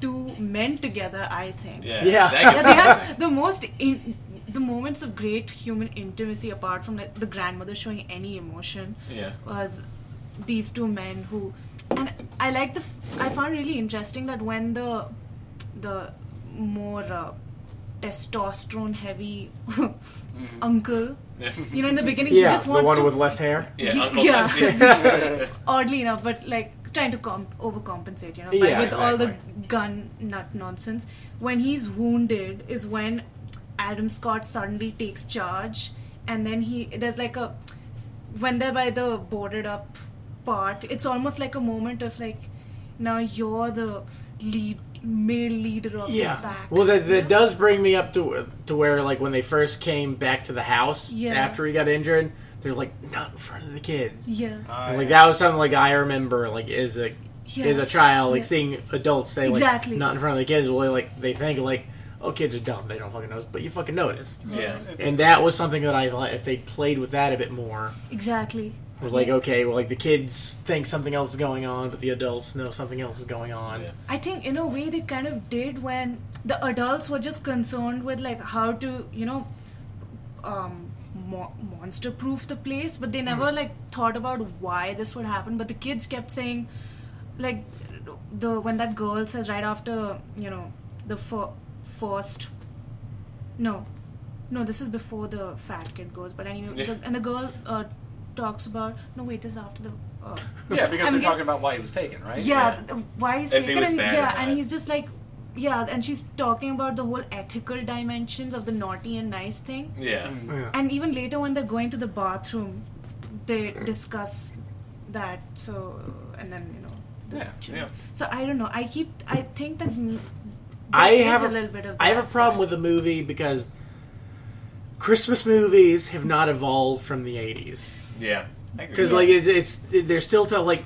Speaker 6: two men together i think
Speaker 4: Yeah.
Speaker 3: Yeah.
Speaker 4: That
Speaker 6: yeah,
Speaker 4: gets
Speaker 6: they
Speaker 4: amazing.
Speaker 6: have the most in, the moments of great human intimacy apart from like, the grandmother showing any emotion
Speaker 4: Yeah.
Speaker 6: was these two men who and i like the f- i found really interesting that when the the more uh, testosterone heavy uncle. You know, in the beginning, he
Speaker 3: Yeah,
Speaker 6: just
Speaker 3: the
Speaker 6: wants
Speaker 3: one
Speaker 6: to
Speaker 3: with less hair.
Speaker 4: Yeah,
Speaker 6: Ye-
Speaker 4: Uncle
Speaker 6: yeah.
Speaker 4: Dusty.
Speaker 6: oddly enough, but like trying to comp- overcompensate, you know, by,
Speaker 3: Yeah,
Speaker 6: with all the gun nut nonsense. When he's wounded, is when Adam Scott suddenly takes charge, and then he there's like a when they're by the boarded up part, it's almost like a moment of like now you're the lead male leader of
Speaker 3: Yeah.
Speaker 6: this pack.
Speaker 3: Well, that,
Speaker 6: you
Speaker 3: that
Speaker 6: know?
Speaker 3: does bring me up to to where like when they first came back to the house
Speaker 6: Yeah.
Speaker 3: after he got injured, they're like not in front of the kids.
Speaker 6: yeah.
Speaker 3: And, like that was something like I remember like as a
Speaker 6: Yeah.
Speaker 3: as a child like
Speaker 6: Yeah.
Speaker 3: seeing adults say like
Speaker 6: Exactly.
Speaker 3: not in front of the kids. Well, they, like they think like oh kids are dumb they don't fucking notice, but you fucking notice.
Speaker 4: yeah.
Speaker 3: And that was something that I thought if they played with that a bit more.
Speaker 6: Exactly.
Speaker 3: It was like
Speaker 6: Mm-hmm.
Speaker 3: okay, well, like the kids think something else is going on, but the adults know something else is going on.
Speaker 6: I think in a way they kind of did when the adults were just concerned with like how to you know um, mo- monster proof the place, but they
Speaker 5: Hmm.
Speaker 6: never like thought about why this would happen. But the kids kept saying like the when that girl says right after you know the fir- first no no this is before the fat kid goes but anyway
Speaker 4: Yeah.
Speaker 6: the, and the girl uh, talks about no wait this is after the uh,
Speaker 5: Yeah, because
Speaker 6: I'm
Speaker 5: they're
Speaker 6: get-
Speaker 5: talking about why he was taken, right?
Speaker 6: yeah,
Speaker 4: Yeah.
Speaker 6: th- why is
Speaker 4: If he
Speaker 6: taken
Speaker 4: was
Speaker 6: and,
Speaker 4: bad or
Speaker 6: yeah and
Speaker 4: not.
Speaker 6: he's just like yeah and she's talking about the whole ethical dimensions of the naughty and nice thing
Speaker 4: Yeah.
Speaker 5: Mm.
Speaker 6: and even later when they're going to the bathroom they discuss that so and then you know the
Speaker 4: Yeah,
Speaker 6: children.
Speaker 4: yeah.
Speaker 6: so i don't know i keep i think that m- there
Speaker 3: I
Speaker 6: is
Speaker 3: have
Speaker 6: a
Speaker 3: a-
Speaker 6: little bit of
Speaker 3: I have a
Speaker 6: that.
Speaker 3: problem with the movie because Christmas movies have not evolved from the 80s.
Speaker 4: Yeah. I agree.
Speaker 3: Because, like, it, it's, they're still, tell, like,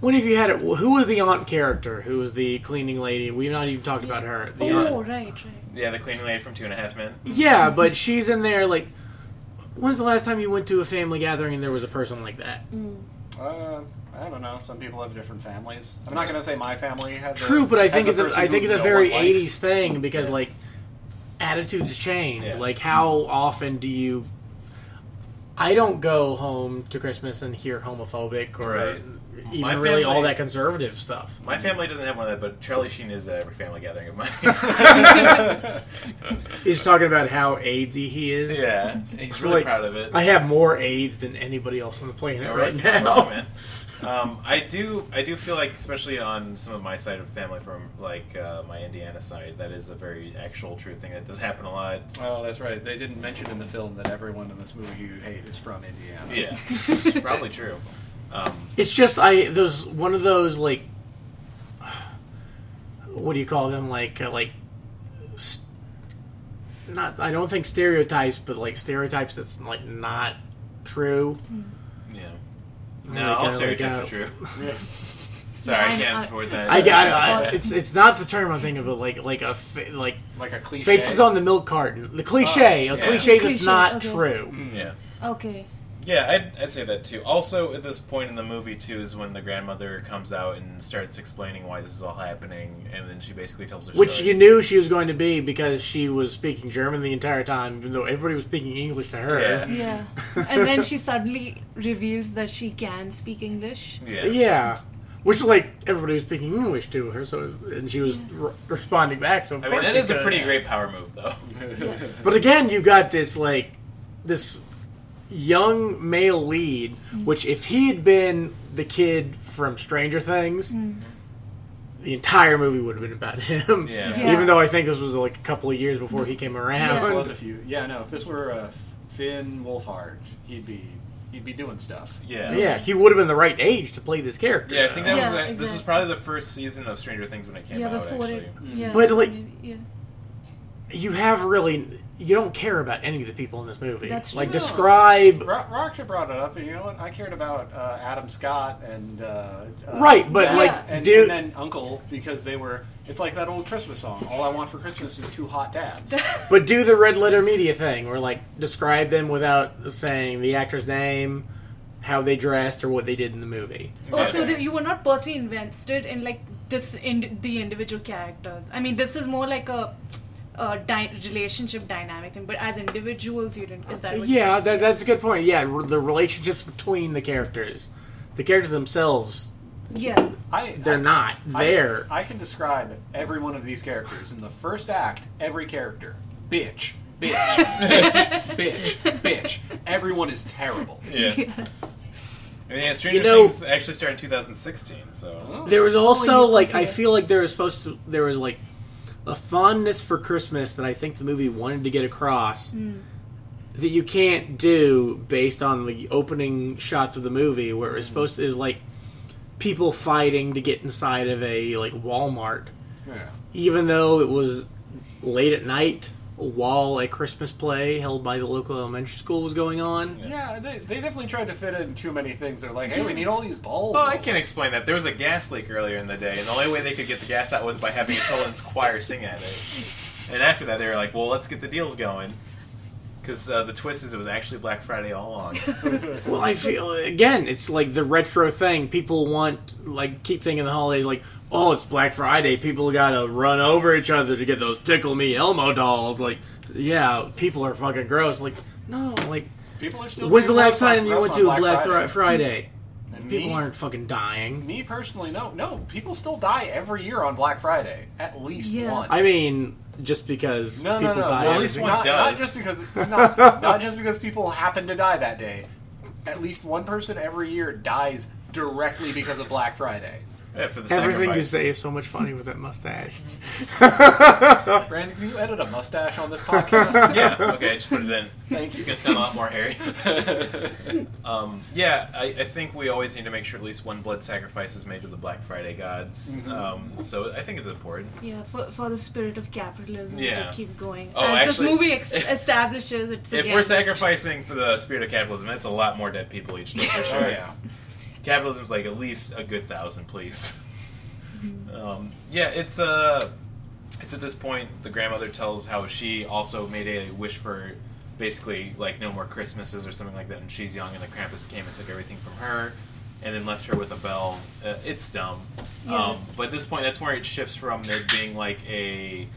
Speaker 3: when have you had it? Who was the aunt character? Who was the cleaning lady? We've not even talked about her. The aunt.
Speaker 6: oh right right
Speaker 4: Yeah, the cleaning lady from Two and a Half Men.
Speaker 3: Yeah, but she's in there, like, when's the last time you went to a family gathering and there was a person like that?
Speaker 5: Uh, I don't know. Some people have different families. I'm not gonna say my family has.
Speaker 3: True,
Speaker 5: a,
Speaker 3: but I think it's
Speaker 5: has a
Speaker 3: a,
Speaker 5: person
Speaker 3: I think
Speaker 5: who
Speaker 3: it's a
Speaker 5: no
Speaker 3: very
Speaker 5: one likes.
Speaker 3: '80s thing because like attitudes change.
Speaker 4: Yeah.
Speaker 3: Like how often do you? I don't go home to Christmas and hear homophobic or
Speaker 4: Right.
Speaker 3: even
Speaker 4: My
Speaker 3: really all
Speaker 4: family-
Speaker 3: that conservative stuff.
Speaker 4: My family doesn't have one of that, but Charlie Sheen is at every family gathering of mine.
Speaker 3: He's talking about how AIDSy he is.
Speaker 4: yeah, he's really
Speaker 3: Like,
Speaker 4: proud of it.
Speaker 3: I have more AIDS than anybody else on the planet
Speaker 4: All
Speaker 3: right
Speaker 4: right, I'm wrong,
Speaker 3: now.
Speaker 4: man. Um, I do, I do feel like, especially on some of my side of family, from like uh, my Indiana side, that is a very actual true thing that does happen a lot.
Speaker 5: Oh, that's right. They didn't mention in the film that everyone in this movie you hate is from
Speaker 4: Yeah,
Speaker 5: Indiana.
Speaker 4: it's probably true. Um,
Speaker 3: It's just I those one of those like what do you call them like uh, like st- not I don't think stereotypes but like stereotypes that's like not true.
Speaker 4: yeah, no,
Speaker 3: Like, uh,
Speaker 4: all
Speaker 3: like,
Speaker 4: stereotypes
Speaker 3: uh,
Speaker 4: are true. Sorry, I
Speaker 6: Yeah,
Speaker 4: can't
Speaker 6: I-
Speaker 4: support that.
Speaker 3: I, I, I it's it's not the term I'm thinking of, but like like a fa- like
Speaker 5: Like a cliche.
Speaker 3: faces on the milk carton. The cliche, a
Speaker 4: Oh, yeah. Mm,
Speaker 3: cliche that's
Speaker 6: Cliche,
Speaker 3: not
Speaker 6: okay.
Speaker 3: true.
Speaker 4: yeah.
Speaker 6: okay
Speaker 4: Yeah, I'd, I'd say that too. Also, at this point in the movie, too, is when the grandmother comes out and starts explaining why this is all happening, and then she basically tells her
Speaker 3: Which
Speaker 4: story.
Speaker 3: you knew she was going to be because she was speaking German the entire time, even though everybody was speaking English to her.
Speaker 4: Yeah.
Speaker 6: yeah and then she suddenly reveals that she can speak english
Speaker 4: Yeah.
Speaker 3: Yeah. Which, like, everybody was speaking English to her, so and she was re- responding back. So of
Speaker 4: I mean,
Speaker 3: course
Speaker 4: that
Speaker 3: she
Speaker 4: is a
Speaker 3: could.
Speaker 4: pretty great power move, though.
Speaker 3: But again, you got this like this young male lead,
Speaker 6: Mm-hmm.
Speaker 3: which if he had been the kid from Stranger Things,
Speaker 6: Mm-hmm.
Speaker 3: the entire movie would have been about him.
Speaker 4: Yeah.
Speaker 6: Yeah.
Speaker 3: Even though I think this was like a couple of years before he came around.
Speaker 5: This was a few. Yeah, no. If this were uh, Finn Wolfhard, he'd be he'd be doing stuff.
Speaker 4: Yeah.
Speaker 3: yeah, he would have been the right age to play this character.
Speaker 4: Yeah, I think that
Speaker 6: Yeah,
Speaker 4: was like, this was
Speaker 6: exactly.
Speaker 4: probably the first season of Stranger Things when it came
Speaker 6: yeah
Speaker 4: out.
Speaker 6: before
Speaker 4: actually,
Speaker 6: it yeah
Speaker 3: But, like-
Speaker 6: maybe, yeah
Speaker 3: you have really you don't care about any of the people in this movie.
Speaker 6: That's
Speaker 3: like
Speaker 6: true.
Speaker 3: describe
Speaker 5: Ro- Rocksha brought it up, and you know what? I cared about uh, Adam Scott and uh, uh,
Speaker 3: Right, but,
Speaker 5: Dad
Speaker 6: like,
Speaker 5: and,
Speaker 3: dude-
Speaker 5: and then Uncle because they were. It's like that old Christmas song. All I want for Christmas is two hot dads.
Speaker 3: But do the red letter media thing, where like describe them without saying the actor's name, how they dressed, or what they did in the movie.
Speaker 6: Oh, so
Speaker 4: Okay.
Speaker 6: the, you were not personally invested in like this in the individual characters. I mean, this is more like a, a di- relationship dynamic thing. But as individuals, you didn't. Is that what
Speaker 3: Yeah, that, that's a good point. Yeah, r- the relationships between the characters, the characters themselves
Speaker 6: Yeah.
Speaker 5: I,
Speaker 3: They're
Speaker 5: I-
Speaker 3: not. They're
Speaker 5: I can describe every one of these characters in the first act. Every character, bitch, bitch, bitch, bitch, bitch. Everyone is terrible.
Speaker 4: Yeah. I mean, yeah, Stranger
Speaker 3: You know-
Speaker 4: Things actually started in 2016, so
Speaker 3: there was also
Speaker 6: Oh, yeah,
Speaker 3: like I
Speaker 6: okay.
Speaker 3: feel like there was supposed to there was like a fondness for Christmas that I think the movie wanted to get across that you can't do based on the opening shots of the movie where it's supposed to is like people fighting to get inside of a like Walmart
Speaker 5: Yeah.
Speaker 3: even though it was late at night while a Christmas play held by the local elementary school was going on.
Speaker 5: Yeah, they, they definitely tried to fit in too many things. They're like, hey, we need all these balls.
Speaker 4: Well, Oh, I can explain that. There was a gas leak earlier in the day, and the only way they could get the gas out was by having a children's choir sing at it. And after that, they were like, "Well, let's get the deals going," because uh, the twist is it was actually Black Friday all along.
Speaker 3: Well, I feel again, it's like the retro thing. People want like keep thinking the holidays like, oh, it's Black Friday. People gotta run over each other to get those Tickle Me Elmo dolls. Like, yeah, people are fucking gross. Like, no, like,
Speaker 5: People are still.
Speaker 3: when's the
Speaker 5: being
Speaker 3: last
Speaker 5: gross on-
Speaker 3: time you
Speaker 5: gross
Speaker 3: went
Speaker 5: on
Speaker 3: to a Black Friday?
Speaker 5: Friday.
Speaker 3: Friday?
Speaker 5: And
Speaker 3: People
Speaker 5: me-
Speaker 3: aren't fucking dying.
Speaker 5: Me personally, no, no. People still die every year on Black Friday. At least
Speaker 6: Yeah.
Speaker 5: one.
Speaker 3: I mean, just because
Speaker 5: no,
Speaker 3: people
Speaker 5: no, no.
Speaker 3: die.
Speaker 5: Well,
Speaker 4: at least
Speaker 3: every-
Speaker 4: one
Speaker 5: not, not
Speaker 4: does.
Speaker 5: just because not, not just because people happen to die that day. At least one person every year dies directly because of Black Friday.
Speaker 4: Yeah, for the
Speaker 3: Everything
Speaker 4: sacrifice.
Speaker 3: you say is so much funny with that mustache.
Speaker 5: Brandon, can you edit a mustache on this podcast?
Speaker 4: Yeah. Okay, I just put it in.
Speaker 5: Thank
Speaker 4: It's
Speaker 5: you.
Speaker 4: gonna sound a lot more hairy. um, yeah, I, I think we always need to make sure at least one blood sacrifice is made to the Black Friday gods. Um, so I think it's important.
Speaker 6: Yeah, for, for the spirit of capitalism
Speaker 4: Yeah.
Speaker 6: to keep going.
Speaker 4: Oh,
Speaker 6: As
Speaker 4: actually-
Speaker 6: this movie ex- establishes it's
Speaker 4: If
Speaker 6: against.
Speaker 4: we're sacrificing for the spirit of capitalism, that's a lot more dead people each day for sure.
Speaker 5: Oh, yeah.
Speaker 4: Capitalism's like at least a good thousand, please. um, yeah, it's uh, it's at this point the grandmother tells how she also made a wish for basically like no more Christmases or something like that, and she's young, and the Krampus came and took everything from her, and then left her with a bell. Uh, it's dumb.
Speaker 6: Yeah.
Speaker 4: Um, but at this point, that's where it shifts from there being like a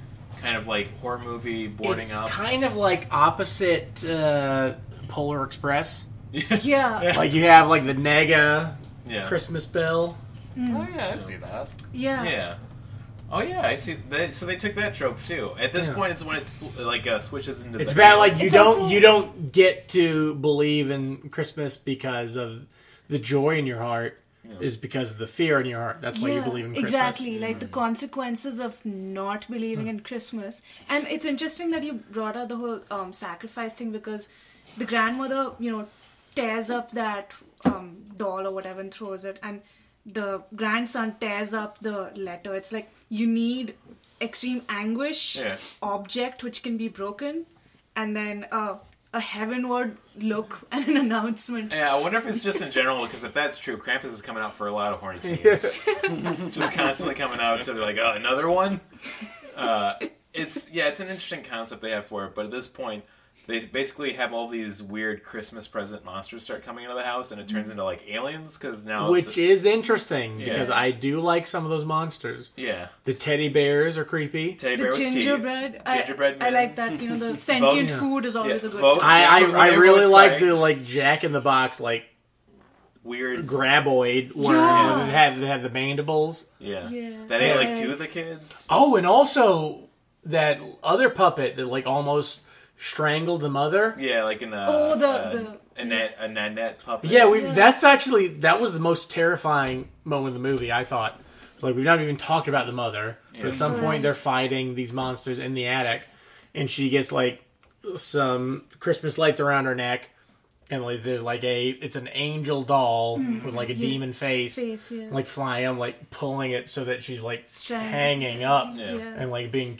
Speaker 4: kind of like horror movie boarding
Speaker 3: it's
Speaker 4: up.
Speaker 3: kind of like opposite uh, Polar Express.
Speaker 6: Yeah.
Speaker 4: Yeah.
Speaker 3: Like you have like the Nega
Speaker 4: yeah.
Speaker 3: Christmas bell.
Speaker 5: Oh yeah, I see that.
Speaker 6: Yeah.
Speaker 4: Yeah. Oh yeah, I see. They, so they took that trope too. At this
Speaker 3: Yeah.
Speaker 4: point, it's when it's like uh, switches into.
Speaker 3: It's
Speaker 4: the-
Speaker 3: about like you
Speaker 6: It's
Speaker 3: don't
Speaker 6: also-
Speaker 3: you don't get to believe in Christmas because of the joy in your heart is because of the fear in your heart. That's why you
Speaker 6: Yeah,
Speaker 3: believe in Christmas. Mm.
Speaker 6: Exactly, like the consequences of not believing
Speaker 3: Hmm.
Speaker 6: in Christmas. And it's interesting that you brought out the whole um, sacrifice thing because the grandmother, you know, tears up that um, doll or whatever and throws it, and the grandson tears up the letter. It's like you need extreme anguish,
Speaker 4: Yeah.
Speaker 6: object which can be broken, and then uh, a heavenward look and an announcement.
Speaker 4: Yeah, I wonder if it's just in general because if that's true, Krampus is coming out for a lot of horny teens. just constantly coming out to be like, oh, another one. Uh, it's yeah, it's an interesting concept they have for it, but at this point. They basically have all these weird Christmas present monsters start coming into the house, and it
Speaker 6: Mm-hmm.
Speaker 4: turns into like aliens because now,
Speaker 3: Which
Speaker 4: the-
Speaker 3: is interesting
Speaker 4: Yeah.
Speaker 3: because I do like some of those monsters.
Speaker 4: yeah,
Speaker 3: The teddy bears are creepy.
Speaker 4: teddy bear
Speaker 6: The
Speaker 4: with teeth.
Speaker 6: gingerbread, I,
Speaker 4: Gingerbread
Speaker 6: I
Speaker 4: man.
Speaker 6: like that. You know, the sentient
Speaker 4: Yeah.
Speaker 6: food is always
Speaker 4: Yeah,
Speaker 6: a good.
Speaker 4: vote.
Speaker 6: thing.
Speaker 3: I
Speaker 4: That's what
Speaker 3: I, I
Speaker 4: they
Speaker 3: really
Speaker 4: always
Speaker 3: like
Speaker 4: like.
Speaker 3: the like Jack in the Box like
Speaker 4: weird
Speaker 3: graboid worm
Speaker 6: Yeah.
Speaker 3: that had that had the mandibles.
Speaker 4: Yeah.
Speaker 6: Yeah.
Speaker 4: That ain't like
Speaker 6: Yeah.
Speaker 4: two of the kids.
Speaker 3: Oh, and also that other puppet that like almost strangled the mother.
Speaker 4: Yeah, like in a
Speaker 6: Oh, the-
Speaker 4: uh,
Speaker 6: the-
Speaker 4: a Nan- a nanette puppet.
Speaker 3: Yeah, we
Speaker 6: Yeah.
Speaker 3: that's actually that was the most terrifying moment in the movie. I thought like we've not even talked about the mother, but at some point they're fighting these monsters in the attic, and she gets like some Christmas lights around her neck. And like, there's like a, it's an angel doll with like a demon face,
Speaker 6: Mm-hmm. Face, yeah.
Speaker 3: like flying. I'm like pulling it so that she's like
Speaker 6: Strangled.
Speaker 3: hanging up.
Speaker 4: Yeah.
Speaker 6: Yeah.
Speaker 3: and like being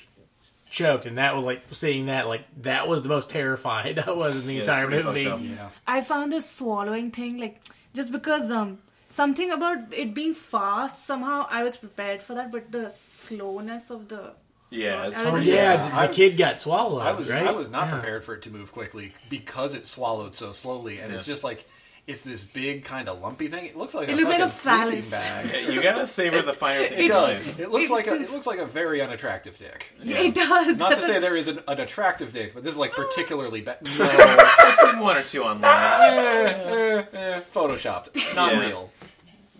Speaker 3: choked and that was like seeing that like that was the most terrified I was in the
Speaker 4: Yeah, it's
Speaker 3: entire
Speaker 4: pretty fucked
Speaker 3: movie.
Speaker 4: up.
Speaker 6: I found this swallowing thing like just because um something about it being fast somehow I was prepared for that, but the slowness of the
Speaker 4: Yeah, it's
Speaker 6: I
Speaker 3: Oh
Speaker 6: was-
Speaker 3: yeah,
Speaker 5: Yeah.
Speaker 3: the
Speaker 5: I-
Speaker 3: kid got swallowed.
Speaker 5: I was
Speaker 3: right?
Speaker 5: I was not
Speaker 3: Yeah.
Speaker 5: prepared for it to move quickly because it swallowed so slowly, and it's
Speaker 4: Yeah.
Speaker 5: just like it's this big kind of lumpy thing. It looks like
Speaker 6: It
Speaker 5: a
Speaker 6: looked like
Speaker 5: fucking
Speaker 6: a phallus.
Speaker 5: sleeping bag.
Speaker 4: Yeah, you gotta savor the finer things.
Speaker 5: It
Speaker 4: in
Speaker 5: does.
Speaker 4: life.
Speaker 5: It looks like a it looks like a very unattractive dick.
Speaker 6: It does.
Speaker 5: Not to say there is an, an attractive dick, but this is like particularly bad.
Speaker 4: I've seen one or two online.
Speaker 5: eh, eh, eh, photoshopped, not
Speaker 4: Yeah.
Speaker 5: real.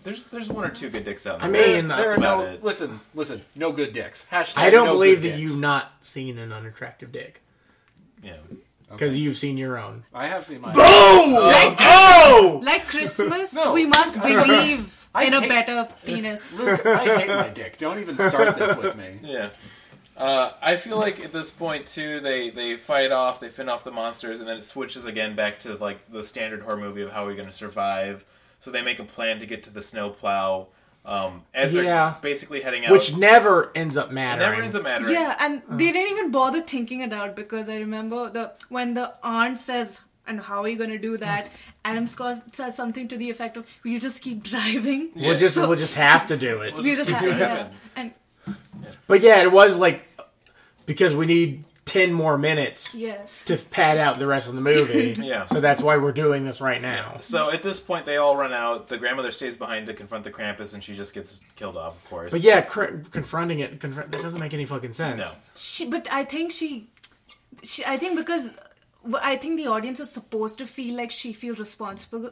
Speaker 4: There's there's one or two good dicks out
Speaker 3: I
Speaker 4: there.
Speaker 3: mean,
Speaker 4: that's
Speaker 3: there
Speaker 5: There are
Speaker 4: about
Speaker 5: no,
Speaker 4: it.
Speaker 5: listen, listen, no good dicks. Hashtag
Speaker 3: I don't
Speaker 5: no
Speaker 3: believe
Speaker 5: good
Speaker 3: that
Speaker 5: dicks.
Speaker 3: you've not seen an unattractive dick
Speaker 4: Yeah.
Speaker 3: because you've seen your own.
Speaker 5: I have seen mine.
Speaker 3: Oh, oh!
Speaker 6: Like Christmas,
Speaker 5: No,
Speaker 6: we must believe
Speaker 5: I
Speaker 6: in a
Speaker 5: hate-
Speaker 6: better penis.
Speaker 5: Listen, I hate my dick. Don't even start this with me.
Speaker 4: Yeah. Uh, I feel like at this point too, they they fight off, they fend off the monsters, and then it switches again back to like the standard horror movie of how we're going to survive. So they make a plan to get to the snowplow. Um, as
Speaker 3: Yeah.
Speaker 4: they're basically heading out,
Speaker 3: Which never ends up
Speaker 4: it
Speaker 3: mattering.
Speaker 4: never ends up mattering.
Speaker 6: Yeah, and
Speaker 4: Uh.
Speaker 6: they didn't even bother thinking it out because I remember the when the aunt says, "And how are you gonna do that?"
Speaker 4: Mm.
Speaker 6: Adam Scott says something to the effect of, "We just keep driving."
Speaker 3: We'll just
Speaker 6: So-
Speaker 3: we'll just have to do it.
Speaker 4: We'll
Speaker 6: We just
Speaker 4: keep
Speaker 6: have,
Speaker 4: driving.
Speaker 6: yeah. and
Speaker 3: But yeah, it was like because we need ten more minutes
Speaker 6: yes,
Speaker 3: to pad out the rest of the movie.
Speaker 4: Yeah.
Speaker 3: So that's why we're doing this right now.
Speaker 4: So at this point, they all run out. The grandmother stays behind to confront the Krampus, and she just gets killed off, of course.
Speaker 3: But yeah, cr- confronting it confront that doesn't make any fucking sense.
Speaker 4: No.
Speaker 6: she. But I think she, she. I think because. I think the audience is supposed to feel like she feels responsible,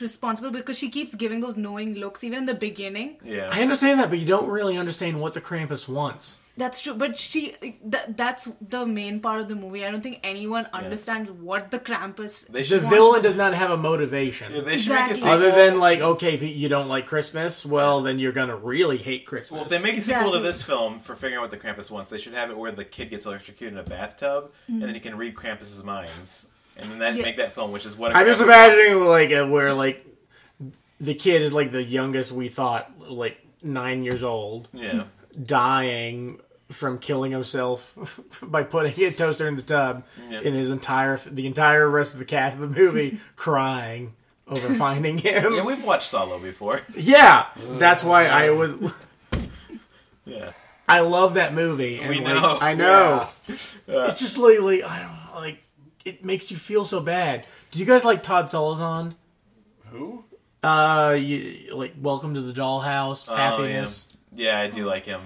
Speaker 6: responsible because she keeps giving those knowing looks even in the beginning.
Speaker 4: yeah.
Speaker 3: I understand that, but you don't really understand what the Krampus wants.
Speaker 6: That's true, but she th- that's the main part of the movie. I don't think anyone understands what the Krampus
Speaker 4: they
Speaker 3: The
Speaker 4: should.
Speaker 3: villain does not have a motivation.
Speaker 4: They should make a
Speaker 6: Exactly.
Speaker 4: sequel.
Speaker 3: Other than like, okay, Pete, you don't like Christmas. Well, then you're gonna really hate Christmas.
Speaker 4: Well, if they make a sequel
Speaker 6: Exactly.
Speaker 4: to this film for figuring out what the Krampus wants, they should have it where the kid gets electrocuted in a bathtub, and then he can read Krampus's minds, and then that
Speaker 6: Yeah.
Speaker 4: make that film, which is what a
Speaker 3: I'm just
Speaker 4: Krampus
Speaker 3: imagining
Speaker 4: wants.
Speaker 3: like uh, where like the kid is like the youngest we thought, like nine years old,
Speaker 4: Yeah,
Speaker 3: dying from killing himself by putting a toaster in the tub,
Speaker 4: Yeah.
Speaker 3: and his entire the entire rest of the cast of the movie crying over finding him.
Speaker 4: yeah,
Speaker 3: Yeah,
Speaker 4: we've watched Solo before.
Speaker 3: that's why I would.
Speaker 4: Yeah,
Speaker 3: I love that movie. And
Speaker 4: We
Speaker 3: like,
Speaker 4: know.
Speaker 3: I know. It's just lately, I don't know, like. It makes you feel so bad. Do you guys like Todd Solondz?
Speaker 5: Who?
Speaker 3: Uh, you, like Welcome to the Dollhouse,
Speaker 4: Oh,
Speaker 3: Happiness.
Speaker 4: yeah, I do like him.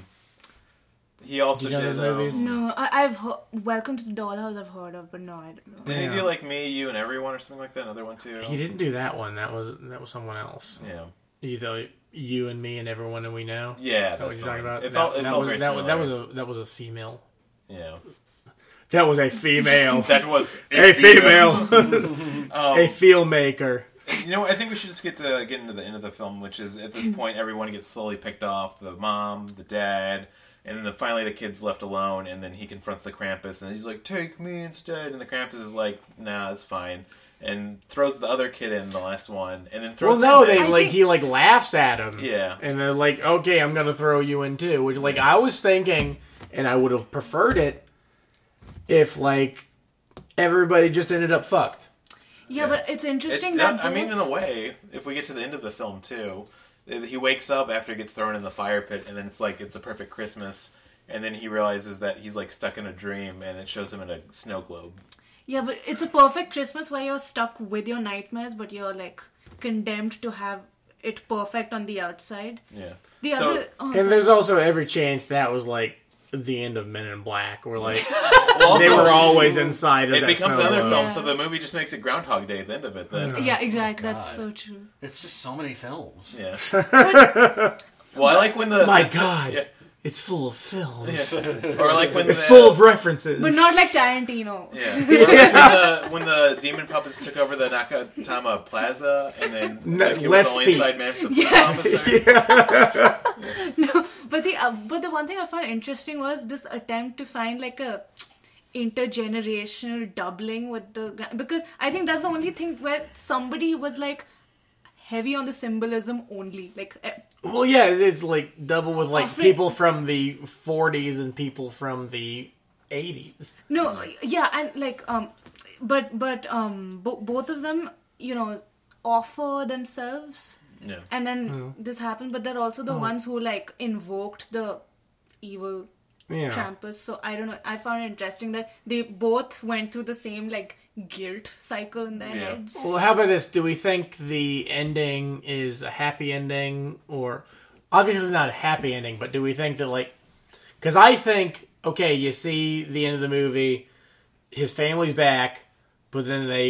Speaker 4: He also
Speaker 3: Do you know
Speaker 4: did.
Speaker 3: those movies?
Speaker 4: Um,
Speaker 6: No, I, I've he- Welcome to the Dollhouse. I've heard of, but no, I don't know.
Speaker 4: did
Speaker 3: Yeah.
Speaker 4: he do like Me, You, and Everyone, or something like that? Another one too.
Speaker 3: He didn't do that one. That was that was someone else.
Speaker 4: Yeah,
Speaker 3: You know, you and me and everyone that we know.
Speaker 4: yeah. That's
Speaker 3: What you talking about?
Speaker 4: It felt.
Speaker 3: that,
Speaker 4: It
Speaker 3: that
Speaker 4: felt
Speaker 3: was,
Speaker 4: very
Speaker 3: that, was,
Speaker 4: similar.
Speaker 3: that was a that was a female.
Speaker 4: Yeah,
Speaker 3: That was a female.
Speaker 4: that was
Speaker 3: a female.
Speaker 4: Um,
Speaker 3: a feel maker.
Speaker 4: You know, I think we should just get to get into the end of the film, which is at this point everyone gets slowly picked off: the mom, the dad, and then finally the kid's left alone. And then he confronts the Krampus, and he's like, "Take me instead." And the Krampus is like, "Nah, it's fine," and throws the other kid in the last one, and then
Speaker 3: Well,
Speaker 4: throws.
Speaker 3: no,
Speaker 4: him
Speaker 3: they
Speaker 4: in.
Speaker 3: like
Speaker 6: think-
Speaker 3: he like laughs at him.
Speaker 4: Yeah.
Speaker 3: and they're like, okay, I'm gonna throw you in too. Which like I was thinking, and I would have preferred it if like everybody just ended up fucked.
Speaker 6: Yeah, but it's
Speaker 4: It
Speaker 6: interesting
Speaker 4: does-
Speaker 6: that
Speaker 4: I mean, in
Speaker 6: both-
Speaker 4: a way, if we get to the end of the film too, eh, he wakes up after he gets thrown in the fire pit, and then it's like it's a perfect Christmas. And then he realizes that he's like stuck in a dream, and it shows him in a snow globe.
Speaker 6: yeah, but it's a perfect Christmas where you're stuck with your nightmares, but you're like condemned to have it perfect on the outside.
Speaker 4: Yeah.
Speaker 6: The
Speaker 4: So-
Speaker 6: other oh,
Speaker 3: And
Speaker 6: sorry.
Speaker 3: there's also every chance that was like the end of Men in Black, where like
Speaker 4: Well,
Speaker 3: they
Speaker 4: also-
Speaker 3: were always inside of
Speaker 4: It
Speaker 3: that
Speaker 4: becomes
Speaker 3: snow
Speaker 4: another
Speaker 3: globe.
Speaker 4: film,
Speaker 6: Yeah.
Speaker 4: so the movie just makes it Groundhog Day at the end of it. Then,
Speaker 6: yeah, exactly.
Speaker 4: Oh,
Speaker 6: That's so true.
Speaker 5: It's just so many films.
Speaker 4: yeah. well, I like when the
Speaker 3: My
Speaker 4: the-
Speaker 3: God,
Speaker 4: yeah,
Speaker 3: it's full of films.
Speaker 4: yeah. or like when
Speaker 3: It's
Speaker 4: the,
Speaker 3: full of references,
Speaker 6: But not like Tarantino.
Speaker 4: yeah, Or like when, the, when the demon puppets took over the Nakatama Plaza, and then
Speaker 3: No,
Speaker 4: like, he
Speaker 3: less
Speaker 4: was the only
Speaker 3: feet.
Speaker 4: inside man for the
Speaker 6: Yes.
Speaker 4: police officer.
Speaker 6: No, but the uh, but the one thing I found interesting was this attempt to find like a intergenerational doubling with the gra- because I think that's the only thing where somebody was like heavy on the symbolism only like eh,
Speaker 3: Well, yeah, it's- it's like double with like
Speaker 6: Often-
Speaker 3: people from the '40s and people from the '80s.
Speaker 6: no yeah and like um but but um bo- both of them you know offer themselves
Speaker 4: Yeah.
Speaker 6: and then this happened but they're also the ones who like invoked the evil
Speaker 3: Yeah,
Speaker 6: Krampus. So I don't know. I found it interesting that they both went through the same like guilt cycle in their
Speaker 4: Yeah.
Speaker 6: heads.
Speaker 3: Well, how about this? Do we think the ending is a happy ending, or obviously not a happy ending? But do we think that like, because I think okay, you see the end of the movie, his family's back, but then they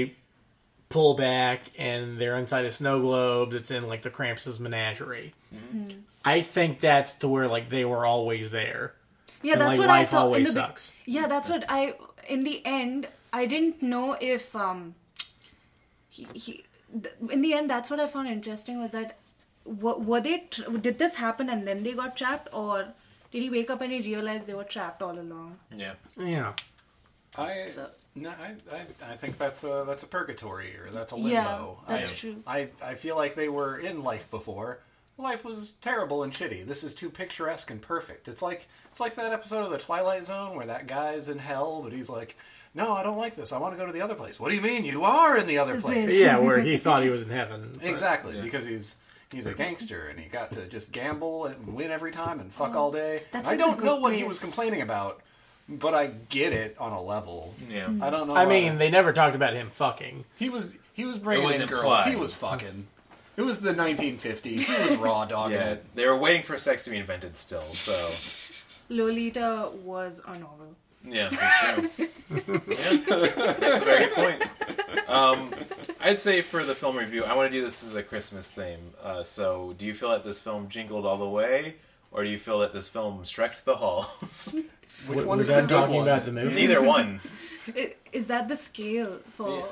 Speaker 3: pull back and they're inside a snow globe that's in like the Krampus's menagerie.
Speaker 5: Mm-hmm.
Speaker 3: I think that's to where like they were always there.
Speaker 6: Yeah,
Speaker 3: And,
Speaker 6: that's
Speaker 3: like,
Speaker 6: what
Speaker 3: life
Speaker 6: I thought.
Speaker 3: always
Speaker 6: in the, be-
Speaker 3: sucks.
Speaker 6: Yeah, that's what I. In the end, I didn't know if um. He, he, th- in the end, that's what I found interesting was that, were, were they? Tr- did this happen and then they got trapped, or did he wake up and he realized they were trapped all along?
Speaker 4: Yeah.
Speaker 3: Yeah.
Speaker 5: I
Speaker 6: So-
Speaker 5: no, I, I I think that's a that's a purgatory or that's a limbo.
Speaker 6: Yeah, that's
Speaker 5: I,
Speaker 6: true.
Speaker 5: I I feel like they were in life before. Life was terrible and shitty. This is too picturesque and perfect. It's like it's like that episode of the Twilight Zone where that guy's in hell, but he's like, "No, I don't like this. I want to go to the other place." What do you mean? You are in the other place.
Speaker 3: Yeah, where he thought he was in heaven. but-
Speaker 5: Exactly, because he's he's a gangster and he got to just gamble and win every time and fuck all day.
Speaker 6: that's
Speaker 5: I
Speaker 6: like the
Speaker 5: don't know
Speaker 6: good
Speaker 5: what he was
Speaker 6: place.
Speaker 5: complaining about, but I get it on a level.
Speaker 4: Yeah.
Speaker 5: I don't know.
Speaker 3: I
Speaker 5: why.
Speaker 3: mean, they never talked about him fucking.
Speaker 5: he was he was bringing
Speaker 4: was
Speaker 5: in girls.
Speaker 4: implied.
Speaker 5: He was fucking. It was the 1950s. He was raw dogging
Speaker 4: Yeah.
Speaker 5: it.
Speaker 4: They were waiting for sex to be invented still, so
Speaker 6: Lolita was a novel.
Speaker 4: yeah, that's true. yeah. That's a very good point. Um, I'd say for the film review, I want to do this as a Christmas theme. Uh, so, do you feel that this film jingled all the way, or do you feel that this film strecked the halls?
Speaker 5: Which
Speaker 3: Were
Speaker 5: one
Speaker 3: we
Speaker 5: is the
Speaker 3: done
Speaker 5: good
Speaker 3: talking
Speaker 5: one?
Speaker 3: about the movie?
Speaker 4: Neither one.
Speaker 6: I- Is that the scale for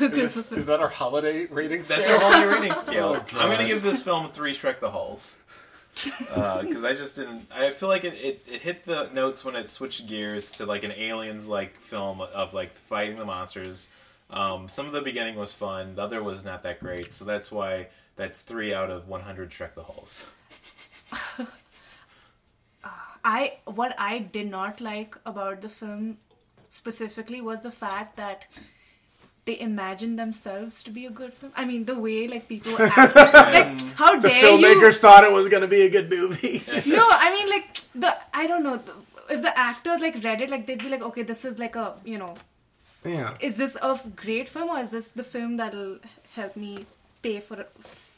Speaker 5: Is,
Speaker 6: Christmas?
Speaker 5: is that our holiday rating scale?
Speaker 4: That's our whole rating scale.
Speaker 5: Oh,
Speaker 4: I'm gonna
Speaker 5: God.
Speaker 4: give this film three Shrek the Hulls. Because I just didn't. I feel like it, it, it hit the notes when it switched gears to like an aliens like film of like fighting the monsters. Um, some of the beginning was fun, the other was not that great. So that's why that's three out of 100 Shrek the Hulls.
Speaker 6: I what I did not like about the film specifically was the fact that they imagined themselves to be a good film. I mean, the way like people were acting, like how
Speaker 3: The
Speaker 6: dare
Speaker 3: filmmakers thought it was going to be a good movie.
Speaker 6: you? No, I mean like the I don't know the- if the actors like read it, like they'd be like, okay, this is like a you know,
Speaker 3: yeah.
Speaker 6: is this a great film or is this the film that'll help me pay for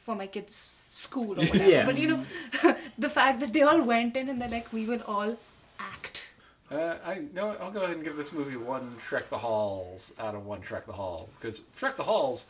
Speaker 6: for my kids' school or whatever?
Speaker 3: Yeah.
Speaker 6: But you know, the fact that they all went in and they're like, we will all act.
Speaker 5: Uh, I no, I'll go ahead and give this movie one Shrek the Halls out of one Shrek the Halls because Shrek the Halls,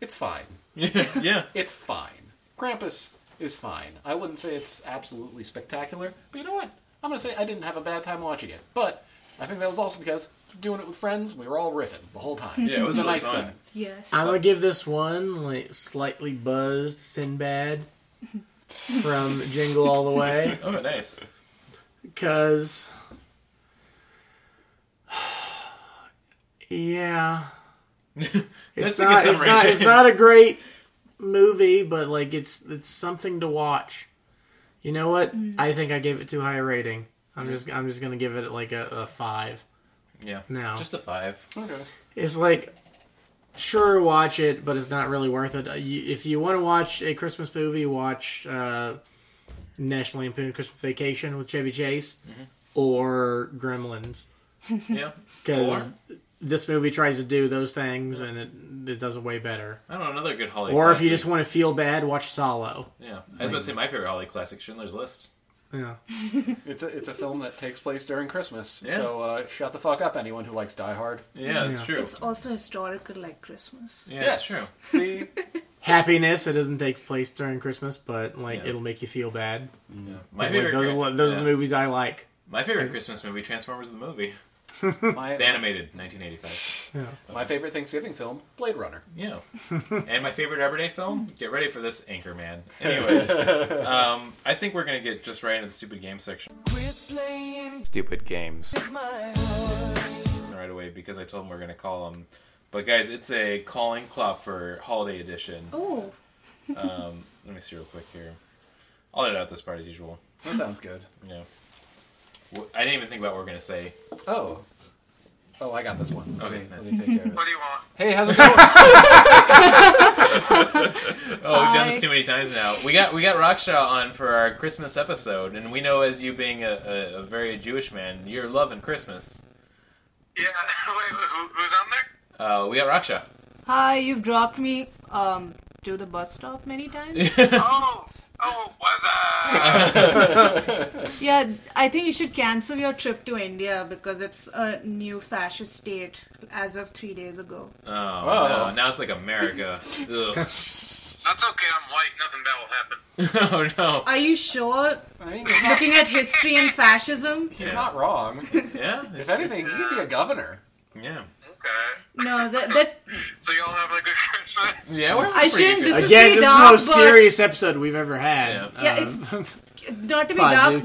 Speaker 5: it's fine.
Speaker 4: Yeah.
Speaker 5: It's fine. Krampus is fine. I wouldn't say it's absolutely spectacular, but you know what? I'm gonna say I didn't have a bad time watching it. But I think that was also because doing it with friends, we were all riffing the whole time.
Speaker 4: Yeah, it was really fun.
Speaker 6: Yes.
Speaker 3: I'm gonna give this one like slightly buzzed Sinbad from Jingle All the Way
Speaker 4: Oh, nice.
Speaker 3: because yeah, it's
Speaker 4: That's a good
Speaker 3: not it's not
Speaker 4: summary.
Speaker 3: it's not a great movie, but like it's it's something to watch. You know what? I think I gave it too high a rating. I'm just I'm just gonna give it like a, a five
Speaker 4: Yeah.
Speaker 3: now.
Speaker 4: Just a five.
Speaker 5: Okay.
Speaker 3: It's like sure watch it but it's not really worth it Uh, you- if you want to watch a christmas movie watch uh, national lampoon christmas vacation with chevy chase
Speaker 4: Mm-hmm.
Speaker 3: or gremlins
Speaker 4: Yeah.
Speaker 3: because this movie tries to do those things and it, it does it way better
Speaker 4: I don't know, another good Holly
Speaker 3: or if you
Speaker 4: classic.
Speaker 3: just want to feel bad watch solo
Speaker 4: Yeah. I was about to say my favorite Holly classic, Schindler's List.
Speaker 3: yeah
Speaker 5: It's a it's a film that takes place during Christmas.
Speaker 4: Yeah.
Speaker 5: So uh, shut the fuck up, anyone who likes Die Hard.
Speaker 4: Yeah, that's
Speaker 3: Yeah.
Speaker 4: true.
Speaker 6: It's also historical, like Christmas.
Speaker 4: yeah, that's true.
Speaker 5: See,
Speaker 3: happiness it doesn't take place during christmas but like
Speaker 4: Yeah.
Speaker 3: it'll make you feel bad
Speaker 4: My
Speaker 3: Like, those,
Speaker 4: Chris-
Speaker 3: are, those are
Speaker 4: yeah.
Speaker 3: the movies i like
Speaker 4: My favorite Christmas movie, Transformers the movie, the
Speaker 5: my
Speaker 4: animated, 1985.
Speaker 5: my favorite Thanksgiving film, Blade Runner.
Speaker 4: Yeah, and my favorite Everyday film. Get ready for this, Anchorman. Anyways, um, I think we're gonna get just right into the stupid game section. Stupid games. Right away because I told him we're gonna call them. But guys, it's a calling clop for holiday edition.
Speaker 6: Oh,
Speaker 4: Um, let me see real quick here. I'll edit out this part as usual.
Speaker 5: That sounds good.
Speaker 4: Yeah. Wh- I didn't even think about what we're gonna say.
Speaker 5: Oh, oh, I got this one.
Speaker 4: Okay,
Speaker 5: let
Speaker 4: that's-
Speaker 5: me take care of it.
Speaker 8: What do you want?
Speaker 5: Hey, how's it going?
Speaker 4: Oh, we've done
Speaker 6: I-
Speaker 4: this too many times now. We got we got Raksha on for our Christmas episode, and we know as you being a, a, a very Jewish man, you're loving Christmas.
Speaker 8: Yeah, wait, who, who's on there?
Speaker 4: Uh, we got Raksha.
Speaker 6: hi! You've dropped me um to the bus stop many times.
Speaker 8: Oh, Oh, uh, what's up?
Speaker 6: Yeah, I think you should cancel your trip to India because it's a new fascist state as of three days ago.
Speaker 4: Oh, no. Now it's like America. Ugh.
Speaker 8: That's okay. I'm white. Nothing bad will happen.
Speaker 4: oh, no.
Speaker 6: Are you sure?
Speaker 5: I mean, he's not,
Speaker 6: Looking at history and fascism?
Speaker 5: he's not wrong.
Speaker 4: Yeah.
Speaker 5: If anything, he could be a governor.
Speaker 4: Yeah.
Speaker 8: Okay.
Speaker 6: No, that, that
Speaker 8: So y'all have a good Christmas.
Speaker 4: Yeah, we're
Speaker 6: I shouldn't
Speaker 4: pretty good.
Speaker 6: disagree,
Speaker 3: Again, this is the
Speaker 6: Dom,
Speaker 3: most
Speaker 6: but
Speaker 3: serious episode we've ever had. Um,
Speaker 4: Yeah.
Speaker 6: Yeah, it's- not to be
Speaker 3: Pazuki.
Speaker 6: dark,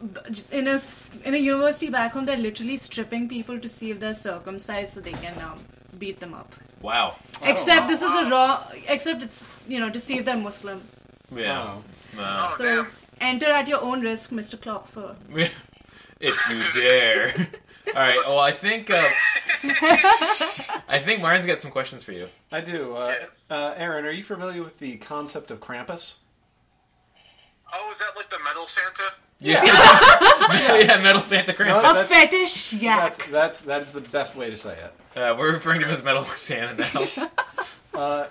Speaker 6: but in a s- in a university back home, they're literally stripping people to see if they're circumcised so they can um, beat them up.
Speaker 4: Wow.
Speaker 6: Except this is the raw. Except it's you know to see if they're Muslim.
Speaker 4: Yeah. Uh,
Speaker 8: Oh,
Speaker 6: So
Speaker 8: damn.
Speaker 6: enter at your own risk, Mr. Klopfer.
Speaker 4: if you dare. All right. Well, I think uh, I think Martin's got some questions for you.
Speaker 5: I do. Uh, uh, Aaron, are you familiar with the concept of Krampus?
Speaker 8: Oh, is that like the metal Santa?
Speaker 4: Yeah. yeah. Metal Santa Krampus.
Speaker 5: No,
Speaker 6: A
Speaker 5: That's-
Speaker 6: fetish
Speaker 5: That's
Speaker 6: yak.
Speaker 5: that's that's the best way to say it.
Speaker 4: Uh, we're referring to him as Metal Santa now.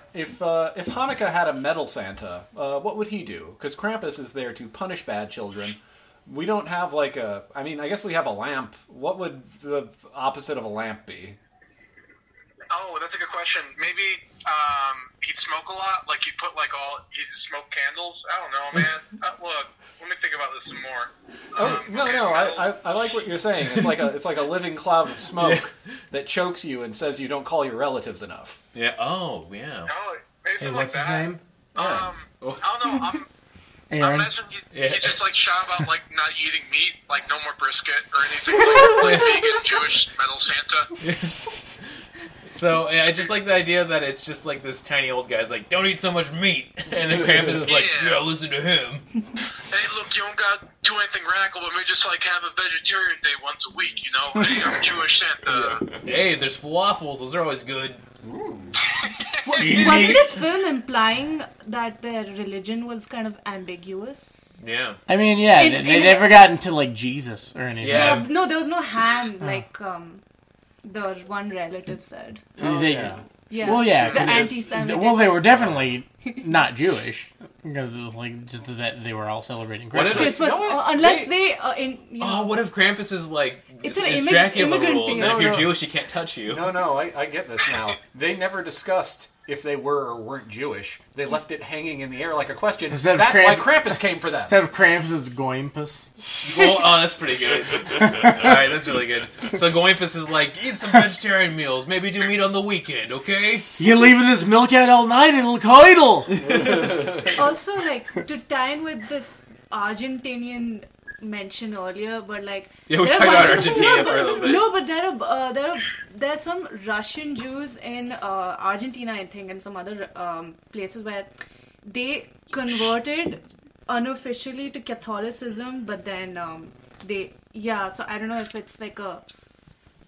Speaker 5: If uh, if Hanukkah had a metal Santa, uh, what would he do? Because Krampus is there to punish bad children. We don't have like a. I mean, I guess we have a lamp. What would the opposite of a lamp be?
Speaker 8: Oh, that's a good question. Maybe um, he'd smoke a lot. Like he'd put like all he'd smoke candles. I don't know, man. uh, look, let me think about this some more. Um,
Speaker 5: Oh no, no, I, I, I like what you're saying. It's like a it's like a living cloud of smoke that chokes you and says you don't call your relatives enough.
Speaker 4: yeah. Oh, yeah.
Speaker 8: Oh, maybe
Speaker 3: Hey,
Speaker 8: something
Speaker 3: what's
Speaker 8: like
Speaker 3: his
Speaker 8: that.
Speaker 3: name?
Speaker 8: Um, I don't know. I'm, I
Speaker 3: Aaron.
Speaker 8: imagine you,
Speaker 4: Yeah.
Speaker 8: you just like shout about like not eating meat, like no more brisket or anything like, like vegan Jewish metal Santa.
Speaker 4: So yeah, I just like the idea that it's just like this tiny old guy's like, "Don't eat so much meat," and then Krampus is like,
Speaker 8: Yeah.
Speaker 4: "Yeah, listen to him."
Speaker 8: Hey, look, you don't gotta do anything radical, but maybe just like have a vegetarian day once a week. You know, hey, I'm Jewish Santa.
Speaker 4: Hey, there's falafels; those are always good.
Speaker 6: Wasn't this film implying that their religion was kind of ambiguous?
Speaker 4: Yeah.
Speaker 3: I mean, yeah,
Speaker 6: In-
Speaker 3: they, they
Speaker 6: in-
Speaker 3: never got into like Jesus or anything.
Speaker 4: Yeah.
Speaker 6: Uh, no, there was no ham,
Speaker 3: Oh.
Speaker 6: like um, the one relative said.
Speaker 3: They-
Speaker 5: Oh, yeah.
Speaker 6: Oh, Yeah.
Speaker 3: Well, yeah,
Speaker 6: The
Speaker 3: 'cause-
Speaker 6: anti-Semitic.
Speaker 3: Well, they were definitely not Jewish because it was like just that they were all celebrating
Speaker 4: What if
Speaker 3: Christmas.
Speaker 6: Christmas,
Speaker 5: You know what?
Speaker 6: uh, unless
Speaker 5: Wait.
Speaker 6: they uh, in you
Speaker 4: Oh,
Speaker 6: know,
Speaker 4: what if Krampus is like
Speaker 6: It's
Speaker 4: it's
Speaker 6: an
Speaker 4: an
Speaker 6: immig-
Speaker 4: Dracula
Speaker 6: immigrant
Speaker 4: rules,
Speaker 6: thing.
Speaker 4: and if
Speaker 5: No,
Speaker 4: you're
Speaker 5: no.
Speaker 4: Jewish, he can't touch you?
Speaker 5: No, no, I, I get this now. They never discussed if they were or weren't Jewish. They left it hanging in the air like a question.
Speaker 3: Instead of
Speaker 5: That's why
Speaker 3: Kramp-
Speaker 5: Krampus came for them.
Speaker 3: Instead of Krampus, it's Goimpus.
Speaker 4: Well, oh, that's pretty good. All right, that's really good. So Goimpus is like, eat some vegetarian meals. Maybe do meat on the weekend, okay?
Speaker 3: You're leaving this milk out all night, it'll coital!
Speaker 6: also like to tie in with this Argentinian mention earlier, but like
Speaker 4: Yeah, we
Speaker 6: there are
Speaker 4: talked about
Speaker 6: bunch of-
Speaker 4: Argentina
Speaker 6: no,
Speaker 4: for a
Speaker 6: but-
Speaker 4: little bit.
Speaker 6: No, but there are uh, there are there are some Russian Jews in uh, Argentina, I think, and some other um, places where they converted unofficially to Catholicism, but then um, they yeah. So I don't know if it's like a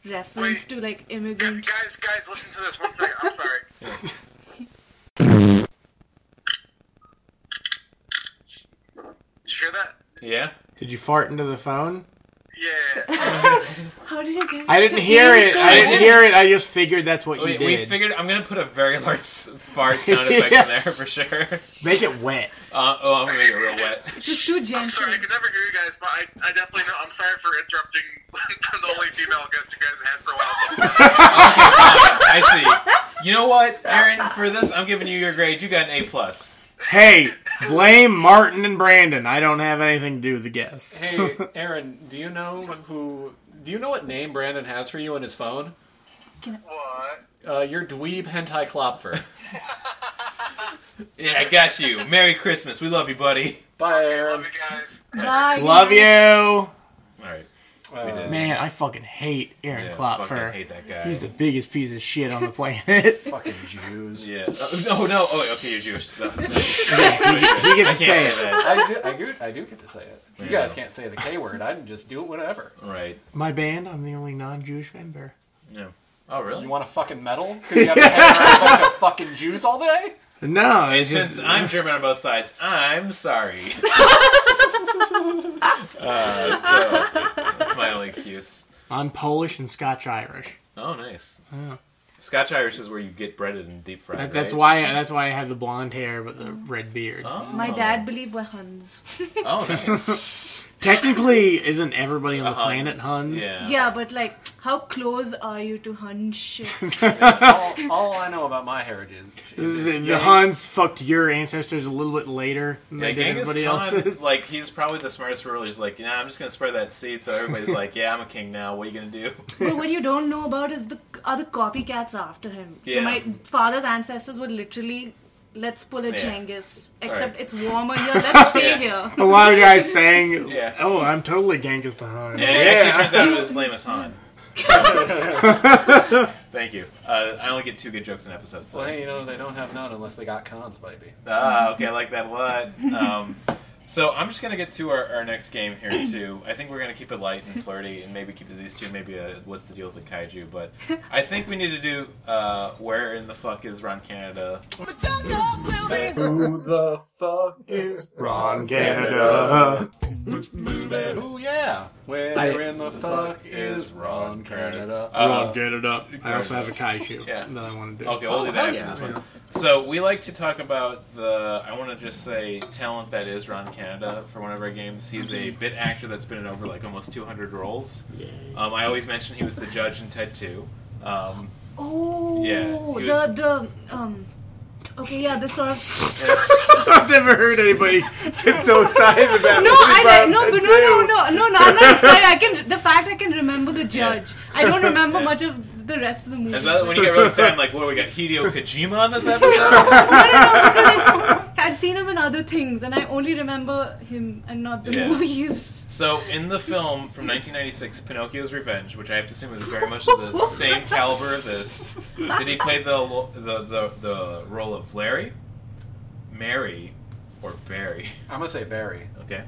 Speaker 6: reference
Speaker 8: Wait.
Speaker 6: to like
Speaker 8: Gu-
Speaker 6: immigrant.
Speaker 8: guys, guys, listen to this. One second. I'm sorry. Did you hear that?
Speaker 4: Yeah.
Speaker 3: Did you fart into the phone?
Speaker 8: Yeah.
Speaker 6: How did I get?
Speaker 3: I didn't hear it. I didn't hear it. I just figured that's what
Speaker 4: We,
Speaker 3: you
Speaker 4: we
Speaker 3: did.
Speaker 4: figured I'm gonna put a very large s- fart sound effect in there for sure.
Speaker 3: Make it wet.
Speaker 4: Uh, oh, I'm gonna get real wet.
Speaker 6: Just too gentle.
Speaker 8: I'm sorry. I could never hear you guys, but I, I definitely know. I'm sorry for interrupting the only female guest you guys had for a while.
Speaker 4: I see. You know what, Aaron? For this, I'm giving you your grade. You got an A plus.
Speaker 3: Hey, blame Martin and Brandon. I don't have anything to do with the guests.
Speaker 5: hey, Aaron, do you know who? Do you know what name Brandon has for you on his phone?
Speaker 8: What?
Speaker 5: Uh, your dweeb hentai klopfer.
Speaker 4: Yeah, I got you. Merry Christmas. We love you, buddy.
Speaker 5: Bye,
Speaker 8: Love
Speaker 5: Aaron.
Speaker 8: you guys.
Speaker 6: Bye,
Speaker 3: Love
Speaker 6: guys.
Speaker 3: you.
Speaker 4: All right.
Speaker 5: Uh,
Speaker 3: Man, I fucking hate Aaron
Speaker 4: Yeah, fucking
Speaker 3: Klopfer.
Speaker 4: hate that guy.
Speaker 3: He's the biggest piece of shit on the planet.
Speaker 5: fucking Jews.
Speaker 4: Yeah. Oh, no, no. Oh, wait, okay, you're Jewish. No, no,
Speaker 3: he
Speaker 4: I
Speaker 3: gets
Speaker 4: can't
Speaker 3: to
Speaker 4: say
Speaker 3: say it.
Speaker 4: that.
Speaker 5: I do, I do, I do get to say it. You guys can't say the K word. I can just do it whenever.
Speaker 4: Right.
Speaker 3: My band, I'm the only non-Jewish member.
Speaker 4: Yeah. Oh,
Speaker 5: You
Speaker 4: really?
Speaker 5: want a fucking medal? Because you have to hang around a bunch of fucking Jews all day?
Speaker 3: No, it's
Speaker 4: Since
Speaker 3: just
Speaker 4: I'm German on both sides, I'm sorry. uh, so, that's my only excuse.
Speaker 3: I'm Polish and Scotch Irish.
Speaker 4: Oh, nice. Scotch Irish is where you get breaded and deep fried.
Speaker 3: That, that's
Speaker 4: right?
Speaker 3: why. That's why I have the blonde hair but the red beard.
Speaker 4: Oh.
Speaker 6: My dad believed we're Huns.
Speaker 4: Oh, nice.
Speaker 3: Technically, isn't everybody on the
Speaker 4: Uh-huh.
Speaker 3: planet Huns?
Speaker 4: yeah.
Speaker 6: yeah, but like, how close are you to Hun shit?
Speaker 5: all, all I know about my heritage
Speaker 3: The,
Speaker 5: is
Speaker 3: the Huns fucked your ancestors a little bit later than
Speaker 4: Yeah,
Speaker 3: they did
Speaker 4: Genghis
Speaker 3: everybody
Speaker 4: Khan,
Speaker 3: else's.
Speaker 4: like he's probably the smartest ruler. He's like, yeah, I'm just gonna spread that seed. So everybody's like, yeah, I'm a king now. What are you gonna do?
Speaker 6: But what you don't know about is the other copycats after him. So
Speaker 4: Yeah.
Speaker 6: my father's ancestors were literally, let's pull a
Speaker 4: Yeah.
Speaker 6: Genghis, except
Speaker 4: Alright.
Speaker 6: it's warmer here. Let's stay
Speaker 4: Yeah.
Speaker 6: here.
Speaker 3: a lot of guys saying,
Speaker 4: Yeah.
Speaker 3: "Oh, I'm totally Genghis Khan."
Speaker 4: And it actually turns out it was lame as Han. Thank you. Uh, I only get two good jokes an episode. So.
Speaker 5: well, hey, you know they don't have none unless they got cons, baby.
Speaker 4: Ah, okay, I like that a lot. Um, so I'm just gonna get to our, our next game here too. I think we're gonna keep it light and flirty, and maybe keep it these two. Maybe a, what's the deal with the kaiju? But I think we need to do uh, where in the fuck is Ron Canada?
Speaker 2: Who the fuck is Ron
Speaker 4: Canada?
Speaker 5: Ooh yeah, where
Speaker 3: I-
Speaker 5: in the fuck is Ron Canada?
Speaker 4: Uh,
Speaker 3: get it up. I also have a kaiju
Speaker 4: Yeah.
Speaker 3: that I want to do.
Speaker 4: okay, we'll do
Speaker 5: Oh, hell
Speaker 4: that after
Speaker 5: yeah.
Speaker 4: this one. So we like to talk about the I want to just say talent that is Ron Canada for one of our games. He's a bit actor that's been in over like almost 200 roles. Um, I always mention he was the judge in Ted 2. Um,
Speaker 6: Oh,
Speaker 4: Yeah, he
Speaker 6: the
Speaker 4: was-
Speaker 6: the um. Okay, yeah, this sort of.
Speaker 3: I've never heard anybody get so excited about.
Speaker 6: No,
Speaker 3: what they
Speaker 6: I
Speaker 3: brought
Speaker 6: no,
Speaker 3: to
Speaker 6: but no,
Speaker 3: do.
Speaker 6: no, no, no, no. I'm not excited. I can the fact I can remember the judge. I don't remember
Speaker 4: Yeah.
Speaker 6: much of the rest of the movie.
Speaker 4: And so when you get really excited, I'm like, what, we got Hideo Kojima on this episode?
Speaker 6: No, no, no, because I've, I've seen him in other things, and I only remember him and not the
Speaker 4: Yeah.
Speaker 6: movies.
Speaker 4: so, in the film from 1996, Pinocchio's Revenge, which I have to assume is very much the same caliber of this, did he play the, lo- the, the, the role of Larry, Mary, or Barry?
Speaker 5: I'm gonna say Barry.
Speaker 4: Okay.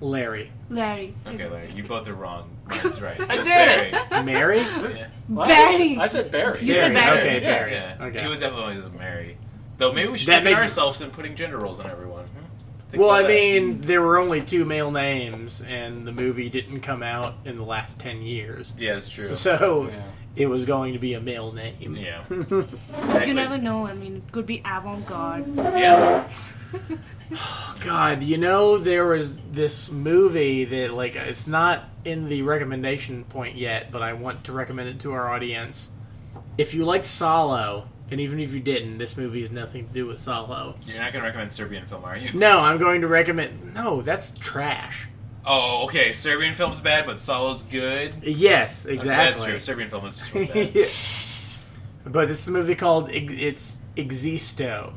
Speaker 3: Larry,
Speaker 6: Larry.
Speaker 4: Okay, Larry, you both are wrong. Mine's right.
Speaker 5: I
Speaker 4: It was
Speaker 5: did
Speaker 4: Barry.
Speaker 3: Mary.
Speaker 4: Yeah.
Speaker 5: Well,
Speaker 6: Barry.
Speaker 5: I said Barry.
Speaker 6: You said Barry.
Speaker 3: Okay,
Speaker 5: Yeah.
Speaker 3: Barry.
Speaker 4: Yeah.
Speaker 3: Okay.
Speaker 4: He was definitely was Mary. Though maybe we should
Speaker 3: That
Speaker 4: look at
Speaker 3: makes-
Speaker 4: ourselves in putting gender roles on everyone. Hmm? Think
Speaker 3: Well,
Speaker 4: about
Speaker 3: I
Speaker 4: that.
Speaker 3: mean, there were only two male names, and the movie didn't come out in the last ten years,
Speaker 4: Yeah, that's true.
Speaker 3: so
Speaker 5: Yeah.
Speaker 3: it was going to be a male name.
Speaker 4: Yeah.
Speaker 6: You
Speaker 4: Exactly.
Speaker 6: never know. I mean, it could be avant-garde.
Speaker 4: Yeah.
Speaker 3: God, you know there was this movie that like it's not in the recommendation point yet, but I want to recommend it to our audience. If you like Solo, and even if you didn't, this movie has nothing to do with Solo.
Speaker 4: You're not going to recommend Serbian film, are you?
Speaker 3: No, I'm going to recommend. No, that's trash.
Speaker 4: Oh, okay. Serbian film's bad, but Solo's good.
Speaker 3: Yes,
Speaker 4: Okay,
Speaker 3: exactly.
Speaker 4: that's true. Serbian film is just really bad.
Speaker 3: Yeah. But this is a movie called Ex- it's Existo,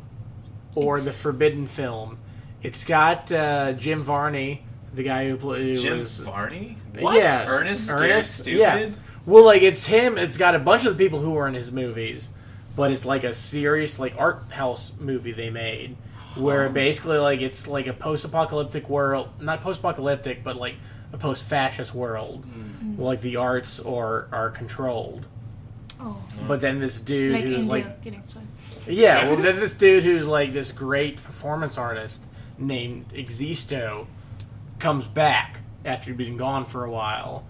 Speaker 3: or the Forbidden Film. It's got uh, Jim Varney, the guy who, pl- who
Speaker 4: Jim
Speaker 3: was
Speaker 4: Varney? What?
Speaker 3: Yeah.
Speaker 4: Ernest,
Speaker 3: Ernest,
Speaker 4: Scared Stupid?
Speaker 3: Well, like it's him. It's got a bunch of the people who were in his movies, but it's like a serious like art house movie they made, where basically like it's like a post-apocalyptic world, not post-apocalyptic, but like a post-fascist world,
Speaker 4: Hmm.
Speaker 3: where, like the arts are are controlled.
Speaker 6: Oh,
Speaker 4: Hmm.
Speaker 3: But then this dude
Speaker 6: like
Speaker 3: who's
Speaker 6: India.
Speaker 3: like
Speaker 6: Kidding, sorry.
Speaker 3: yeah, well then this dude who's like this great performance artist named Existo comes back after being gone for a while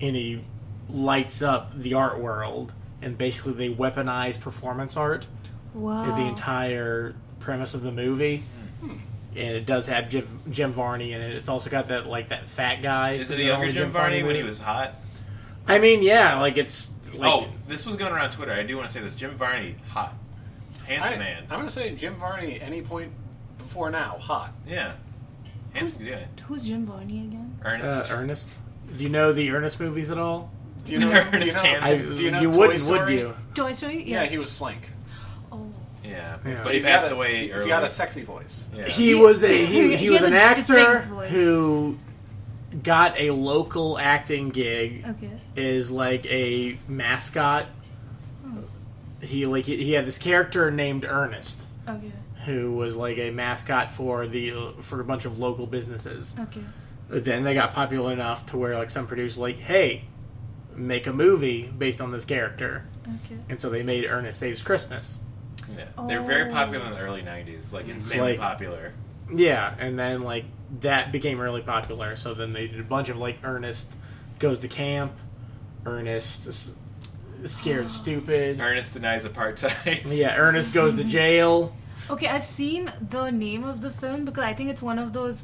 Speaker 3: and he lights up the art world and basically they weaponize performance art
Speaker 6: Wow.
Speaker 3: is the entire premise of the movie.
Speaker 4: Hmm.
Speaker 3: And it does have Jim, Jim Varney in it. It's also got that like that fat guy.
Speaker 4: Is
Speaker 3: who's
Speaker 4: it a
Speaker 3: in all
Speaker 4: younger
Speaker 3: the
Speaker 4: Jim Varney when
Speaker 3: movie.
Speaker 4: he was hot?
Speaker 3: I mean, yeah, like it's like
Speaker 4: oh, this was going around Twitter. I do want to say this. Jim Varney, hot. Handsome
Speaker 5: I,
Speaker 4: man.
Speaker 5: I'm gonna say Jim Varney. Any point before now, hot.
Speaker 4: Yeah. Handsome, yeah.
Speaker 6: Who's Jim Varney again?
Speaker 3: uh,
Speaker 4: Ernest.
Speaker 3: Ernest. Do you know the Ernest movies at all?
Speaker 5: Do you know? do you
Speaker 4: Ernest
Speaker 5: know,
Speaker 4: Cannon.
Speaker 3: I,
Speaker 5: do you know
Speaker 3: you
Speaker 5: Toy
Speaker 3: wouldn't, would
Speaker 5: Story?
Speaker 3: you?
Speaker 6: Toy Story.
Speaker 5: Yeah,
Speaker 6: Yeah.
Speaker 5: he was Slink.
Speaker 6: oh.
Speaker 4: Yeah.
Speaker 3: Yeah.
Speaker 4: But he
Speaker 5: He's got
Speaker 4: passed
Speaker 5: a-
Speaker 4: away
Speaker 5: He's
Speaker 4: early.
Speaker 5: got a sexy voice.
Speaker 4: yeah.
Speaker 3: he
Speaker 6: He-
Speaker 3: was a he, he,
Speaker 6: he
Speaker 3: was
Speaker 6: has
Speaker 3: an
Speaker 6: a
Speaker 3: actor
Speaker 6: distinct voice.
Speaker 3: who got a local acting gig
Speaker 6: Okay.
Speaker 3: is like a mascot he like he, he had this character named ernest
Speaker 6: Okay.
Speaker 3: who was like a mascot for the for a bunch of local businesses
Speaker 6: Okay.
Speaker 3: but then they got popular enough to where like some producer like hey make a movie based on this character
Speaker 6: Okay.
Speaker 3: and so they made ernest saves christmas
Speaker 4: Yeah. They're very popular in the early 90s. Like, insanely
Speaker 3: Like-
Speaker 4: popular.
Speaker 3: Yeah, and then like that became really popular. So then they did a bunch of like Ernest goes to camp, Ernest s- scared stupid.
Speaker 4: Ernest denies apartheid.
Speaker 3: Yeah, Ernest goes to jail.
Speaker 6: Okay, I've seen the name of the film because I think it's one of those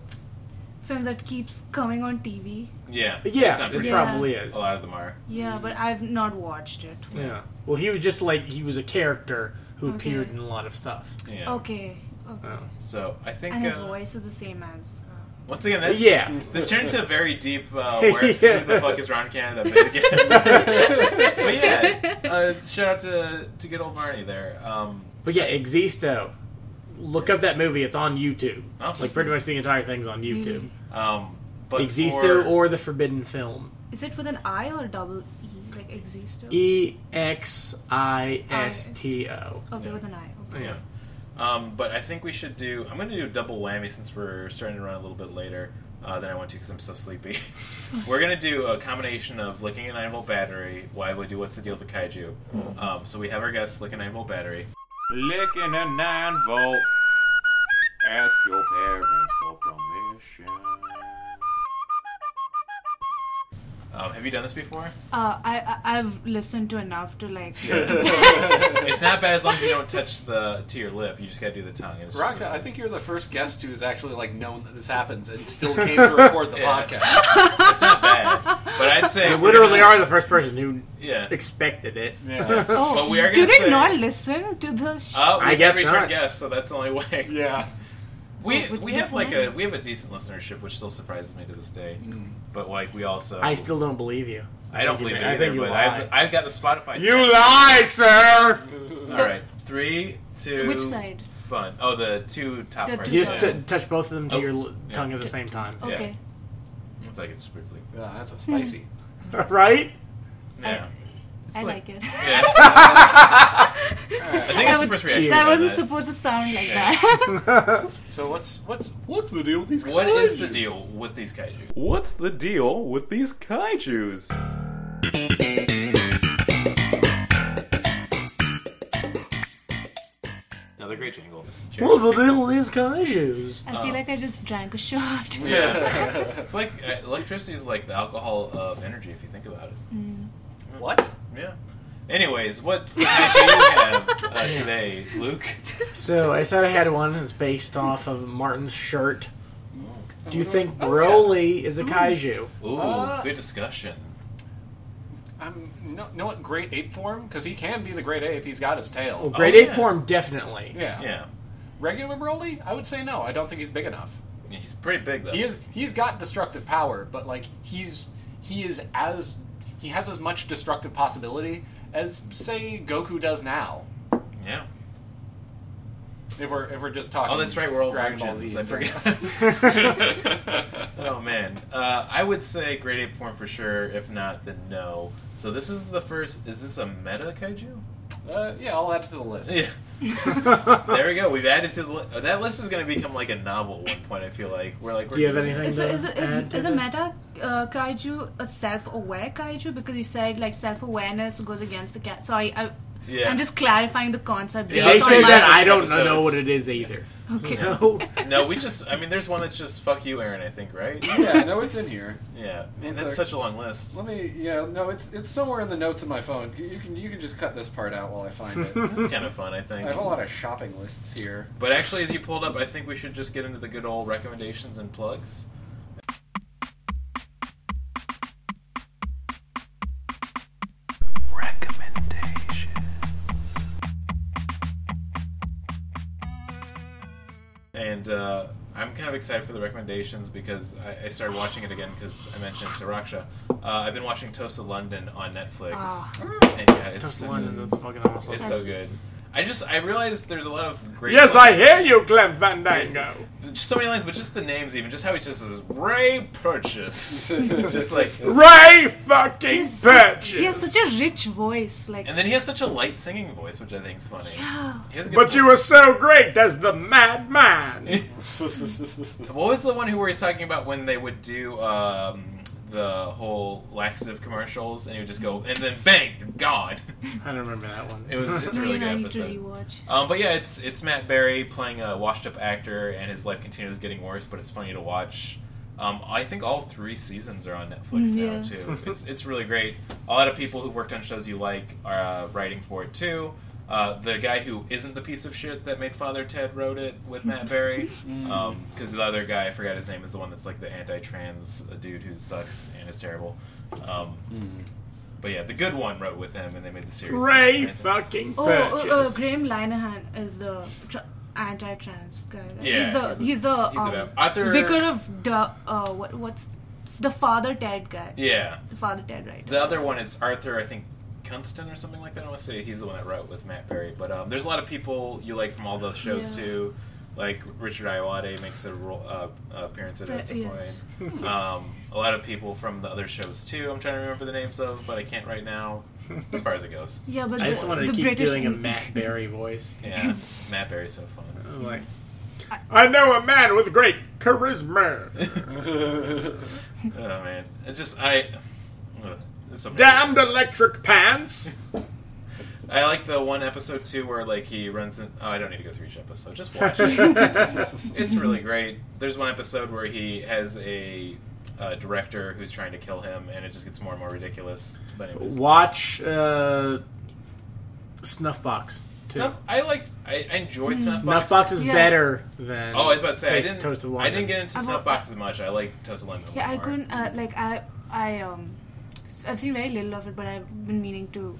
Speaker 6: films that keeps coming on TV.
Speaker 4: yeah.
Speaker 3: Yeah,
Speaker 4: it's not
Speaker 3: it
Speaker 4: pretty.
Speaker 3: probably is.
Speaker 4: A lot of them are.
Speaker 6: Yeah, but I've not watched it.
Speaker 3: Yeah. Well, he was just like he was a character who
Speaker 6: Okay.
Speaker 3: appeared in a lot of stuff.
Speaker 4: Yeah.
Speaker 6: Okay. okay.
Speaker 3: Oh.
Speaker 4: So I think
Speaker 6: And his
Speaker 4: uh,
Speaker 6: voice is the same as. Uh,
Speaker 4: once again,
Speaker 3: But
Speaker 4: that,
Speaker 3: yeah.
Speaker 4: This turned to a very deep. Uh, where
Speaker 3: Yeah.
Speaker 4: who the fuck is Ron Canada bit again? but yeah, uh, shout out to to good old Barney there. Um,
Speaker 3: But yeah, Existo. Look up that movie. It's on YouTube.
Speaker 4: Oh.
Speaker 3: Like pretty much the entire thing's on YouTube.
Speaker 4: um, but
Speaker 3: Existo
Speaker 4: for-
Speaker 3: or the Forbidden Film.
Speaker 6: is it with an I or double E? Like Existo?
Speaker 3: E X I S T O.
Speaker 6: Okay,
Speaker 4: Yeah.
Speaker 6: with an I. Okay.
Speaker 4: Yeah. Um, but I think we should do. I'm going to do a double whammy since we're starting to run a little bit later uh, than I want to because I'm so sleepy. we're going to do a combination of licking a 9 volt battery, why we do What's the Deal with the Kaiju. Um, so we have our guests lick a 9 volt battery.
Speaker 9: Licking a nine volt. Ask your parents for permission.
Speaker 4: Um, have you done this before?
Speaker 6: Uh, I, I I've listened to enough to like.
Speaker 4: it's not bad as long as you don't touch the to your lip. You just got to do the tongue. It's just-
Speaker 5: Raka, I think you're the first guest who's actually like known that this happens and still came to record the
Speaker 4: Yeah.
Speaker 5: podcast.
Speaker 4: it's not bad. But I'd say
Speaker 3: They
Speaker 4: we're
Speaker 3: literally
Speaker 4: gonna-
Speaker 3: are the first person who
Speaker 4: Yeah.
Speaker 3: expected it.
Speaker 6: Oh,
Speaker 4: But we are
Speaker 6: do
Speaker 4: gonna
Speaker 6: they
Speaker 4: say-
Speaker 6: not listen to the? Sh-
Speaker 4: Oh, we
Speaker 3: I
Speaker 4: I
Speaker 3: guess
Speaker 4: guess return
Speaker 3: not.
Speaker 4: guests, so that's the only way.
Speaker 5: yeah.
Speaker 4: We,
Speaker 6: Would
Speaker 4: we
Speaker 6: you
Speaker 4: have
Speaker 6: listen
Speaker 4: like
Speaker 6: in?
Speaker 4: a we have a decent listenership, which still surprises me to this day.
Speaker 6: Mm.
Speaker 4: But like we also,
Speaker 3: I still don't believe you.
Speaker 4: I don't believe it.
Speaker 3: I
Speaker 4: Either,
Speaker 3: think you
Speaker 4: but
Speaker 3: lie.
Speaker 4: I've, I've got the Spotify.
Speaker 3: lie, sir.
Speaker 4: All right, three, two.
Speaker 6: Which side?
Speaker 4: Fun. Oh, the two top
Speaker 6: The
Speaker 4: parts.
Speaker 6: two
Speaker 3: You just
Speaker 6: Yeah.
Speaker 3: t- touch both of them to
Speaker 4: Oh,
Speaker 3: your l-
Speaker 4: yeah.
Speaker 3: tongue at the same time,
Speaker 4: yeah.
Speaker 6: okay.
Speaker 4: It's like it's briefly.
Speaker 5: Yeah, that's a spicy.
Speaker 3: right?
Speaker 4: Yeah.
Speaker 6: I
Speaker 4: like-
Speaker 6: like it.
Speaker 4: yeah. I think it's the
Speaker 6: would-
Speaker 4: first reaction.
Speaker 6: that
Speaker 4: to
Speaker 6: wasn't supposed to sound like
Speaker 4: Yeah.
Speaker 6: that.
Speaker 5: So what's what's what's the deal with these?
Speaker 4: What is the deal with these kaiju?
Speaker 9: What's the deal with these kaijus?
Speaker 4: Another great jingle. Mr. Chair.
Speaker 3: Well, the little is kaijus.
Speaker 6: I feel like I just drank a shot.
Speaker 4: Uh, Yeah. it's like uh, electricity is like the alcohol of energy if you think about it.
Speaker 5: What?
Speaker 4: Yeah. Anyways, what's the kaiju you have uh, today, Luke?
Speaker 3: So I said I had one that's based off of Martin's shirt. Do you think
Speaker 4: Oh,
Speaker 3: Broly is a kaiju?
Speaker 4: Ooh,
Speaker 5: Uh,
Speaker 4: good discussion.
Speaker 5: I'm no, no what great ape form because he can be the great ape. He's got his tail.
Speaker 3: Well, grade
Speaker 4: Oh,
Speaker 3: eight
Speaker 4: yeah.
Speaker 3: form definitely.
Speaker 5: yeah.
Speaker 4: Yeah.
Speaker 5: Regular Broly? I would say no. I don't think he's big enough.
Speaker 4: Yeah, He's pretty big though.
Speaker 5: He is. He's got destructive power, but like he's he is as he has as much destructive possibility as say Goku does now.
Speaker 4: Yeah.
Speaker 5: If we're if we're just talking.
Speaker 4: Oh, that's right. We're all
Speaker 5: Dragon Ball
Speaker 4: virgins.
Speaker 5: Z.
Speaker 4: I forget. oh man. Uh, I would say grade ape form for sure. If not, then no. So this is the first. Is this a meta kaiju?
Speaker 5: Uh, yeah, I'll add it to the list.
Speaker 4: Yeah. there we go. We've added to the li- that list is going to become like a novel at one point. I feel like we're like.
Speaker 3: Do
Speaker 4: we're
Speaker 3: you have
Speaker 4: doing
Speaker 3: anything?
Speaker 4: it.
Speaker 6: So is it, is,
Speaker 3: add to
Speaker 6: is a
Speaker 3: that?
Speaker 6: meta uh, kaiju a self-aware kaiju? Because you said like self-awareness goes against the cat. Sorry, I,
Speaker 4: Yeah.
Speaker 6: I'm just clarifying the concept.
Speaker 4: Yeah,
Speaker 3: They
Speaker 6: based
Speaker 4: It's
Speaker 3: say
Speaker 6: on my-
Speaker 3: that I don't
Speaker 4: episodes.
Speaker 3: know what it is either.
Speaker 6: Okay.
Speaker 3: So
Speaker 4: No, we just. I mean, there's one that's just fuck you, Aaron. I think right.
Speaker 5: yeah, no, it's in here.
Speaker 4: Yeah. Man,
Speaker 5: It's
Speaker 4: that's
Speaker 5: our-
Speaker 4: such a long list.
Speaker 5: Let me. Yeah, no, it's it's somewhere in the notes of my phone. You you can you can just cut this part out while I find it.
Speaker 4: That's kind of fun. I
Speaker 5: I
Speaker 4: think.
Speaker 5: have a lot of shopping lists here.
Speaker 4: But actually, as you pulled up, I think we should just get into the good old recommendations and plugs. And uh, I'm kind of excited for the recommendations because I, I started watching it again because I mentioned it to Raksha. Uh, I've been watching Toast of London on Netflix.
Speaker 6: Ah.
Speaker 4: And yeah, it's,
Speaker 3: Just one, and that's fucking awesome.
Speaker 4: it's so good. I just I realized there's a lot of great.
Speaker 9: Yes, I hear you, Clem Fandango.
Speaker 4: Just so many lines, but just the names, even just how he's just says Ray Purchase, just like,
Speaker 9: Ray fucking
Speaker 6: He's su- He has
Speaker 9: Purchase.
Speaker 6: such a rich voice. Like, oh,
Speaker 4: and then he has such a light singing voice, which I think's funny.
Speaker 6: yeah.
Speaker 4: He has a good
Speaker 9: But you were
Speaker 4: voice.
Speaker 9: so great as the madman.
Speaker 4: What was the one who where he's talking about when they would do um, the whole laxative commercials, and he would just go, and then bang, gone.
Speaker 3: I don't remember that one.
Speaker 4: It was it's a
Speaker 6: I
Speaker 4: really
Speaker 6: mean, I
Speaker 4: good
Speaker 6: need to
Speaker 4: episode.
Speaker 6: rewatch.
Speaker 4: Um, but yeah, it's it's Matt Berry playing a washed up actor, and his life continues getting worse, but it's funny to watch. Um, I think all three seasons are on Netflix now
Speaker 6: Yeah.
Speaker 4: too. It's it's really great. A lot of people who've worked on shows you like are uh, writing for it too. Uh, the guy who isn't the piece of shit that made Father Ted wrote it with Matt Berry, because the other guy I forgot his name is the one that's like the anti-trans dude who sucks and is terrible. Um, But yeah, the good one wrote with him, and they made the series.
Speaker 3: Ray
Speaker 4: It's fantastic.
Speaker 3: fucking
Speaker 6: Oh, uh, uh,
Speaker 3: Burgess.
Speaker 6: Graham Linehan is the tra- anti-trans guy. Right?
Speaker 4: Yeah,
Speaker 6: he's the
Speaker 4: he's
Speaker 6: he's
Speaker 4: the-
Speaker 6: the,
Speaker 4: he's the
Speaker 6: um,
Speaker 4: bad- Arthur-
Speaker 6: vicar of the uh, what what's the father Ted guy?
Speaker 4: Yeah.
Speaker 6: The father Ted, right?
Speaker 4: The other one is Arthur, I think, Kunston or something like that. I want to say he's the one that wrote with Matt Berry. But um, there's a lot of people you like from all those shows
Speaker 6: Yeah.
Speaker 4: too. Like Richard Iowade makes a ro- uh, appearance at it at some
Speaker 6: Yes.
Speaker 4: point. Um, a lot of people from the other shows too. I'm trying to remember the names of, but I can't right now. As far as it goes,
Speaker 6: yeah, but
Speaker 3: I
Speaker 6: the,
Speaker 3: just wanted to
Speaker 6: the
Speaker 3: keep
Speaker 6: British
Speaker 3: doing a Matt Berry voice.
Speaker 4: yeah, Matt Berry's so fun.
Speaker 3: I'm like, I know a man with great charisma.
Speaker 4: Oh man, it just I. ugh, it's amazing.
Speaker 3: Damned electric pants.
Speaker 4: I like the one episode too where like he runs. In, oh, I don't need to go through each episode. Just watch. it. it's, it's really great. There's one episode where he has a uh, director who's trying to kill him, and it just gets more and more ridiculous. But anyways,
Speaker 3: Watch uh, Snuffbox. Too.
Speaker 4: Snuff, I liked. I, I
Speaker 6: Mm.
Speaker 4: enjoyed Snuffbox.
Speaker 3: Snuffbox is
Speaker 6: Yeah.
Speaker 3: better than.
Speaker 4: Oh, I was about to say I
Speaker 3: Toast-
Speaker 4: didn't.
Speaker 3: Toasted
Speaker 4: I
Speaker 3: Walnut.
Speaker 4: didn't get into
Speaker 6: I've-
Speaker 4: Snuffbox as much. I like Toasted Lemon.
Speaker 6: Uh-huh. Yeah, I
Speaker 4: more.
Speaker 6: couldn't uh, like I I um s- I've seen very little of it, but I've been meaning to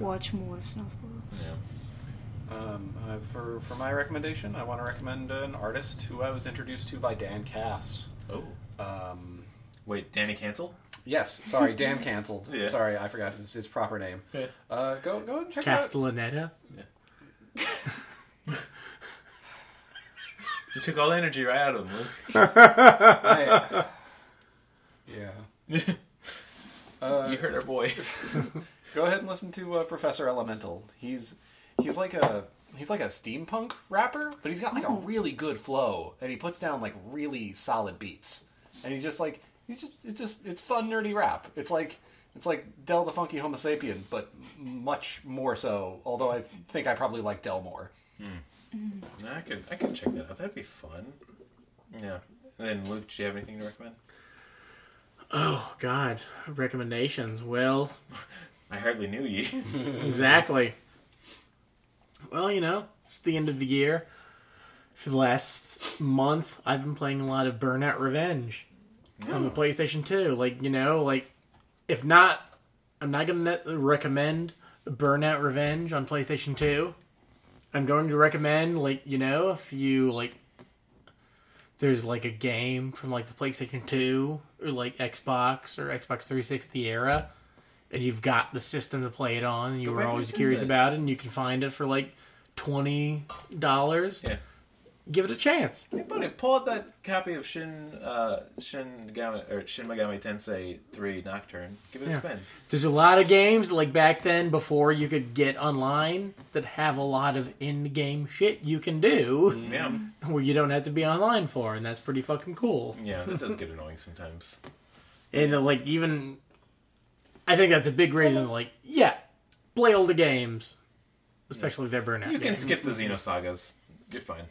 Speaker 6: watch more of Snuffbox.
Speaker 4: Yeah.
Speaker 7: Um, uh, for for my recommendation, I want to recommend an artist who I was introduced to by Dan Cass.
Speaker 4: Oh
Speaker 7: Um,
Speaker 4: wait, Danny canceled.
Speaker 7: yes, sorry, Dan canceled.
Speaker 4: Yeah.
Speaker 7: Sorry, I forgot his, his proper name.
Speaker 4: Yeah.
Speaker 7: Uh, go go and check out.
Speaker 3: Castellaneta.
Speaker 4: You took all the energy right out of him, Luke.
Speaker 7: I- yeah,
Speaker 6: Uh,
Speaker 4: you hurt our boy.
Speaker 7: go ahead and listen to uh, Professor Elemental. He's he's like a he's like a steampunk rapper, but he's got like a really good flow, and he puts down like really solid beats. And he's just like he's just it's just it's fun nerdy rap. It's like it's like Del the Funky Homo Sapien, but m- much more so. Although I think I probably like Del more.
Speaker 4: I could I could check that out. That'd be fun. Yeah. And then Luke, do you have anything to recommend?
Speaker 3: Oh God, recommendations. Well,
Speaker 4: I hardly knew ye.
Speaker 3: exactly. Well, you know, it's the end of the year. For the last month, I've been playing a lot of Burnout Revenge on the PlayStation 2. Like, you know, like if not, I'm not going to recommend Burnout Revenge on PlayStation 2. I'm going to recommend, like, you know, if you like, there's like a game from like the PlayStation 2 or like Xbox or Xbox 360 era, and you've got the system to play it on, and you were
Speaker 4: back and
Speaker 3: always
Speaker 4: revisit
Speaker 3: curious
Speaker 4: it.
Speaker 3: about it, and you can find it for like twenty dollars.
Speaker 4: Yeah.
Speaker 3: Give it a chance.
Speaker 4: Hey, buddy, pull out that copy of Shin uh, Shin Megami or Shin Megami Tensei Three Nocturne. Give it a
Speaker 3: Yeah.
Speaker 4: spin.
Speaker 3: There's a lot of games like back then before you could get online that have a lot of in-game shit you can do
Speaker 4: Yeah,
Speaker 3: where you don't have to be online for, and that's pretty fucking cool.
Speaker 4: yeah, that does get annoying sometimes.
Speaker 3: And uh, like even, I think that's a big reason. Like, yeah, play older games, especially if they're burnout.
Speaker 4: You can
Speaker 3: games.
Speaker 4: skip the Xenosagas. You're fine.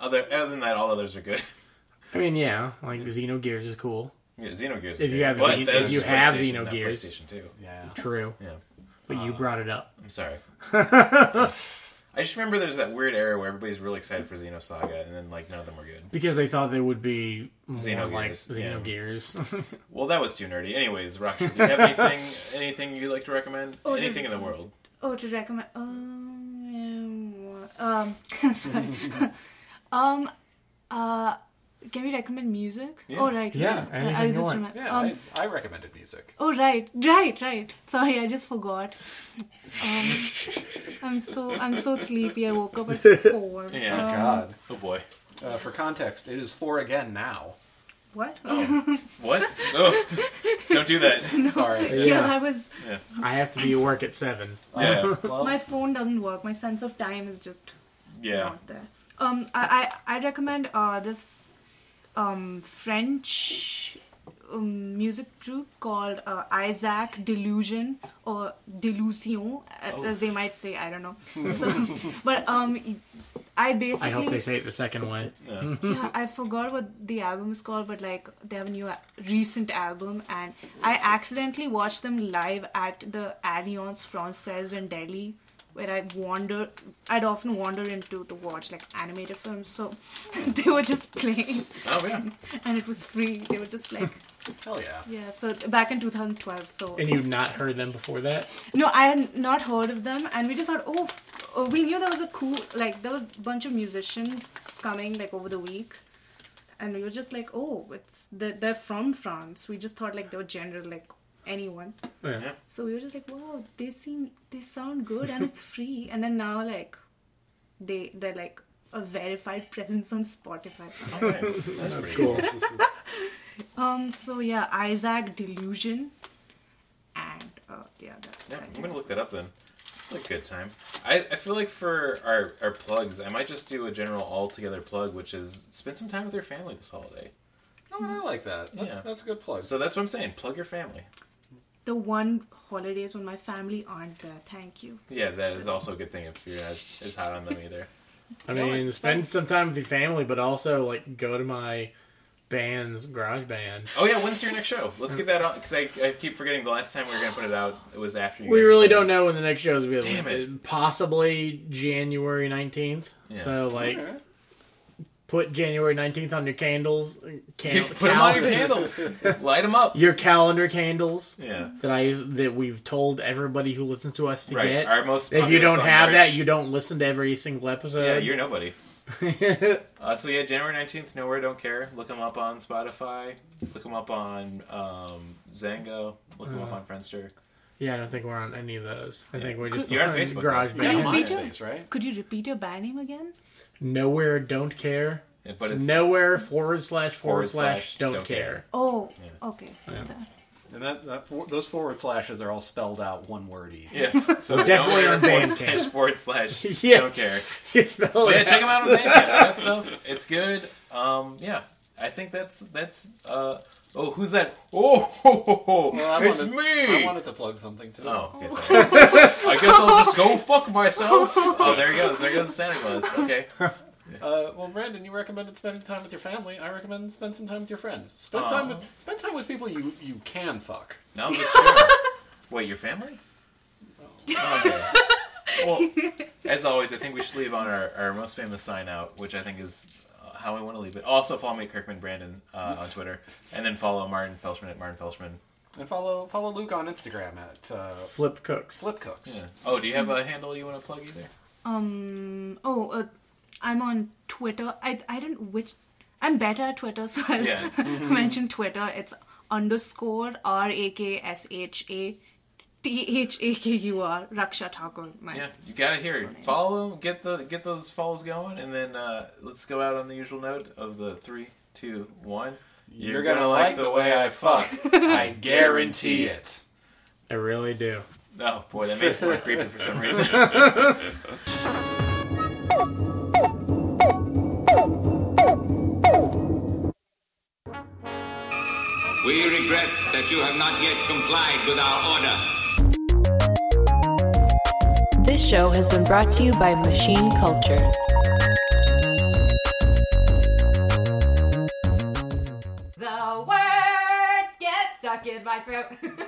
Speaker 4: Other other than that, all others are good.
Speaker 3: I mean, yeah, like Xenogears is cool.
Speaker 4: Yeah, Xenogears.
Speaker 3: If you have Xen-
Speaker 4: that
Speaker 3: if
Speaker 4: was
Speaker 3: you
Speaker 4: just
Speaker 3: have
Speaker 4: PlayStation, not
Speaker 3: Xenogears.
Speaker 4: PlayStation Two.
Speaker 7: Yeah.
Speaker 3: True,
Speaker 4: Yeah, Uh,
Speaker 3: but you brought it up.
Speaker 4: I'm sorry. I just remember there's that weird era where everybody's really excited for Xenosaga, and then like none of them were good.
Speaker 3: Because they thought they would be more
Speaker 4: Xenogears,
Speaker 3: like
Speaker 4: yeah.
Speaker 3: Xenogears.
Speaker 4: Well, that was too nerdy. Anyways, Rocky, do you have anything anything you'd like to recommend?
Speaker 6: Oh, yeah.
Speaker 4: anything in the world?
Speaker 6: Oh, to recommend. Um, yeah, um, sorry. um, uh, can we recommend music? Oh, right.
Speaker 3: Yeah,
Speaker 6: right.
Speaker 3: anything
Speaker 6: I was
Speaker 3: you
Speaker 6: just
Speaker 3: want.
Speaker 6: remem-
Speaker 7: Yeah,
Speaker 6: um,
Speaker 7: I, I recommended music.
Speaker 6: Oh, right, right, right. Sorry, I just forgot. Um, I'm so I'm so sleepy. I woke up at four.
Speaker 4: Yeah.
Speaker 6: Um,
Speaker 7: God.
Speaker 4: Oh boy.
Speaker 7: Uh, for context, it is four again now.
Speaker 6: What?
Speaker 4: What? Oh, don't do that.
Speaker 7: Sorry.
Speaker 6: yeah.
Speaker 3: Yeah.
Speaker 6: that was.
Speaker 3: I have to be at work at seven.
Speaker 4: Yeah,
Speaker 7: Well,
Speaker 6: My phone doesn't work. My sense of time is just
Speaker 4: yeah.
Speaker 6: not there. Um, I I, I recommend uh this um French um, music group called uh, Isaac Delusion or Delusion, a- as they might say. I don't know. So, but um, I
Speaker 3: I
Speaker 6: basically
Speaker 3: hope they say it the second way.
Speaker 6: yeah, I forgot what the album is called, but like they have a new a- recent album, and I accidentally watched them live at the Alliance Francaise in Delhi, where I wander. I'd often wander into to watch like animated films, so they were just playing,
Speaker 4: Oh yeah.
Speaker 6: and it was free. They were just like,
Speaker 5: Hell yeah.
Speaker 6: yeah. So back in 2012, so
Speaker 3: And you've not heard them before that?
Speaker 6: no, I had not heard of them, and we just thought, oh, f- oh, we knew there was a cool, like, there was a bunch of musicians coming, like, over the week. And we were just like, oh, it's they're, they're from France. We just thought, like, they were general, like, anyone.
Speaker 3: Yeah.
Speaker 6: So we were just like, wow, they seem, they sound good, and it's free. And then now, like, they, they're, like, a verified presence on Spotify. Um, so yeah, Isaac Delusion, and uh, yeah, that,
Speaker 4: Yeah,
Speaker 6: I think
Speaker 4: I'm gonna
Speaker 6: that's-
Speaker 4: look that up then. Like good time. I, I feel like for our, our plugs, I might just do a general all together plug, which is spend some time with your family this holiday.
Speaker 5: No, and I like that. That's,
Speaker 4: Yeah.
Speaker 5: that's a good plug.
Speaker 4: So that's what I'm saying. Plug your family.
Speaker 6: the one holidays when my family aren't there. Thank you.
Speaker 4: Yeah, that is also a good thing if you're as, as hot on them either.
Speaker 3: I mean, spend some time with your family, but also, like, go to my band's garage band.
Speaker 4: Oh yeah, when's your next show? Let's get that on because I, I keep forgetting the last time we were gonna put it out. It was after you.
Speaker 3: We
Speaker 4: guys
Speaker 3: really
Speaker 4: played.
Speaker 3: don't know when the next show is going to be. uh,
Speaker 4: Damn it.
Speaker 3: Possibly January 19th.
Speaker 4: Yeah.
Speaker 3: So, like, put January 19th on your candles. Can-
Speaker 4: You put them on your
Speaker 3: calendar-
Speaker 4: candles. Light them up.
Speaker 3: Your calendar candles
Speaker 4: Yeah.
Speaker 3: that I that we've told everybody who listens to us to
Speaker 4: Right.
Speaker 3: get.
Speaker 4: Our most.
Speaker 3: if you
Speaker 4: popular
Speaker 3: don't
Speaker 4: song,
Speaker 3: have
Speaker 4: March.
Speaker 3: that, you don't listen to every single episode.
Speaker 4: Yeah, you're nobody. Uh, so yeah, January nineteenth, nowhere, don't care. Look them up on Spotify. Look them up on um, Zango. Look them
Speaker 3: Uh.
Speaker 4: up on Friendster.
Speaker 3: Yeah, I don't think we're on any of those. I think we're just
Speaker 4: You're on
Speaker 3: on
Speaker 4: Facebook,
Speaker 3: Garage
Speaker 4: though.
Speaker 6: Could you
Speaker 3: Band.
Speaker 6: repeat your,
Speaker 5: MySpace, right?
Speaker 6: could you repeat your band name again?
Speaker 3: Nowhere don't care.
Speaker 4: Yeah,
Speaker 3: But
Speaker 4: But it's
Speaker 3: nowhere forward slash
Speaker 4: Forward
Speaker 3: forward, slash,
Speaker 4: slash
Speaker 3: don't,
Speaker 4: don't
Speaker 3: care.
Speaker 6: Oh, okay. That-
Speaker 5: And that, that for, those forward slashes are all spelled out one word each.
Speaker 4: yeah. So
Speaker 3: definitely
Speaker 4: nowhere
Speaker 3: on
Speaker 4: forward
Speaker 3: Bandcamp.
Speaker 4: slash forward slash
Speaker 3: Yeah.
Speaker 4: don't care.
Speaker 3: You spell
Speaker 4: But
Speaker 3: it
Speaker 4: yeah,
Speaker 3: out.
Speaker 4: check them out on Bandcamp. that stuff. It's good. Um, yeah, I think that's that's. Uh, oh, who's that? Oh, ho, ho, ho.
Speaker 5: I
Speaker 4: it's
Speaker 5: wanted-
Speaker 4: me.
Speaker 5: I wanted to plug something too.
Speaker 4: Oh, okay, sorry. I guess I'll just go fuck myself. Oh, there he goes. There goes Santa Claus. Okay.
Speaker 5: Uh, well, Brandon, you recommended spending time with your family. I recommend spend some time with your friends. Spend time
Speaker 4: Aw.
Speaker 5: with spend time with people you you can fuck.
Speaker 4: No, but sure. Wait, your family? Okay. Well, as always, I think we should leave on our, our most famous sign out, which I think is uh, how we want to leave it. Also, follow me, Kirkman Brandon, uh, on Twitter, and then follow Martin Felshman at Martin Felshman.
Speaker 5: And follow follow Luke on Instagram at uh,
Speaker 3: Flip Cooks.
Speaker 5: FlipCooks.
Speaker 4: Yeah. Oh, do you have a handle you want to plug either?
Speaker 6: Um. Oh, uh, I'm on Twitter. I I don't which. I'm better at Twitter, so I'll
Speaker 4: Yeah.
Speaker 6: mention Twitter. It's underscore R A K S H A T H A K U R Raksha Thakur. My
Speaker 4: Yeah, you got to hear it. Follow, get the get those follows going, and then uh, let's go out on the usual note of the three, two, one.
Speaker 5: You're, gonna, like the way I fuck. I guarantee it.
Speaker 3: I really do.
Speaker 4: Oh boy, that makes it more creepy for some reason.
Speaker 10: We regret that you have not yet complied with our order.
Speaker 11: This show has been brought to you by Machine Culture.
Speaker 12: The words get stuck in my throat.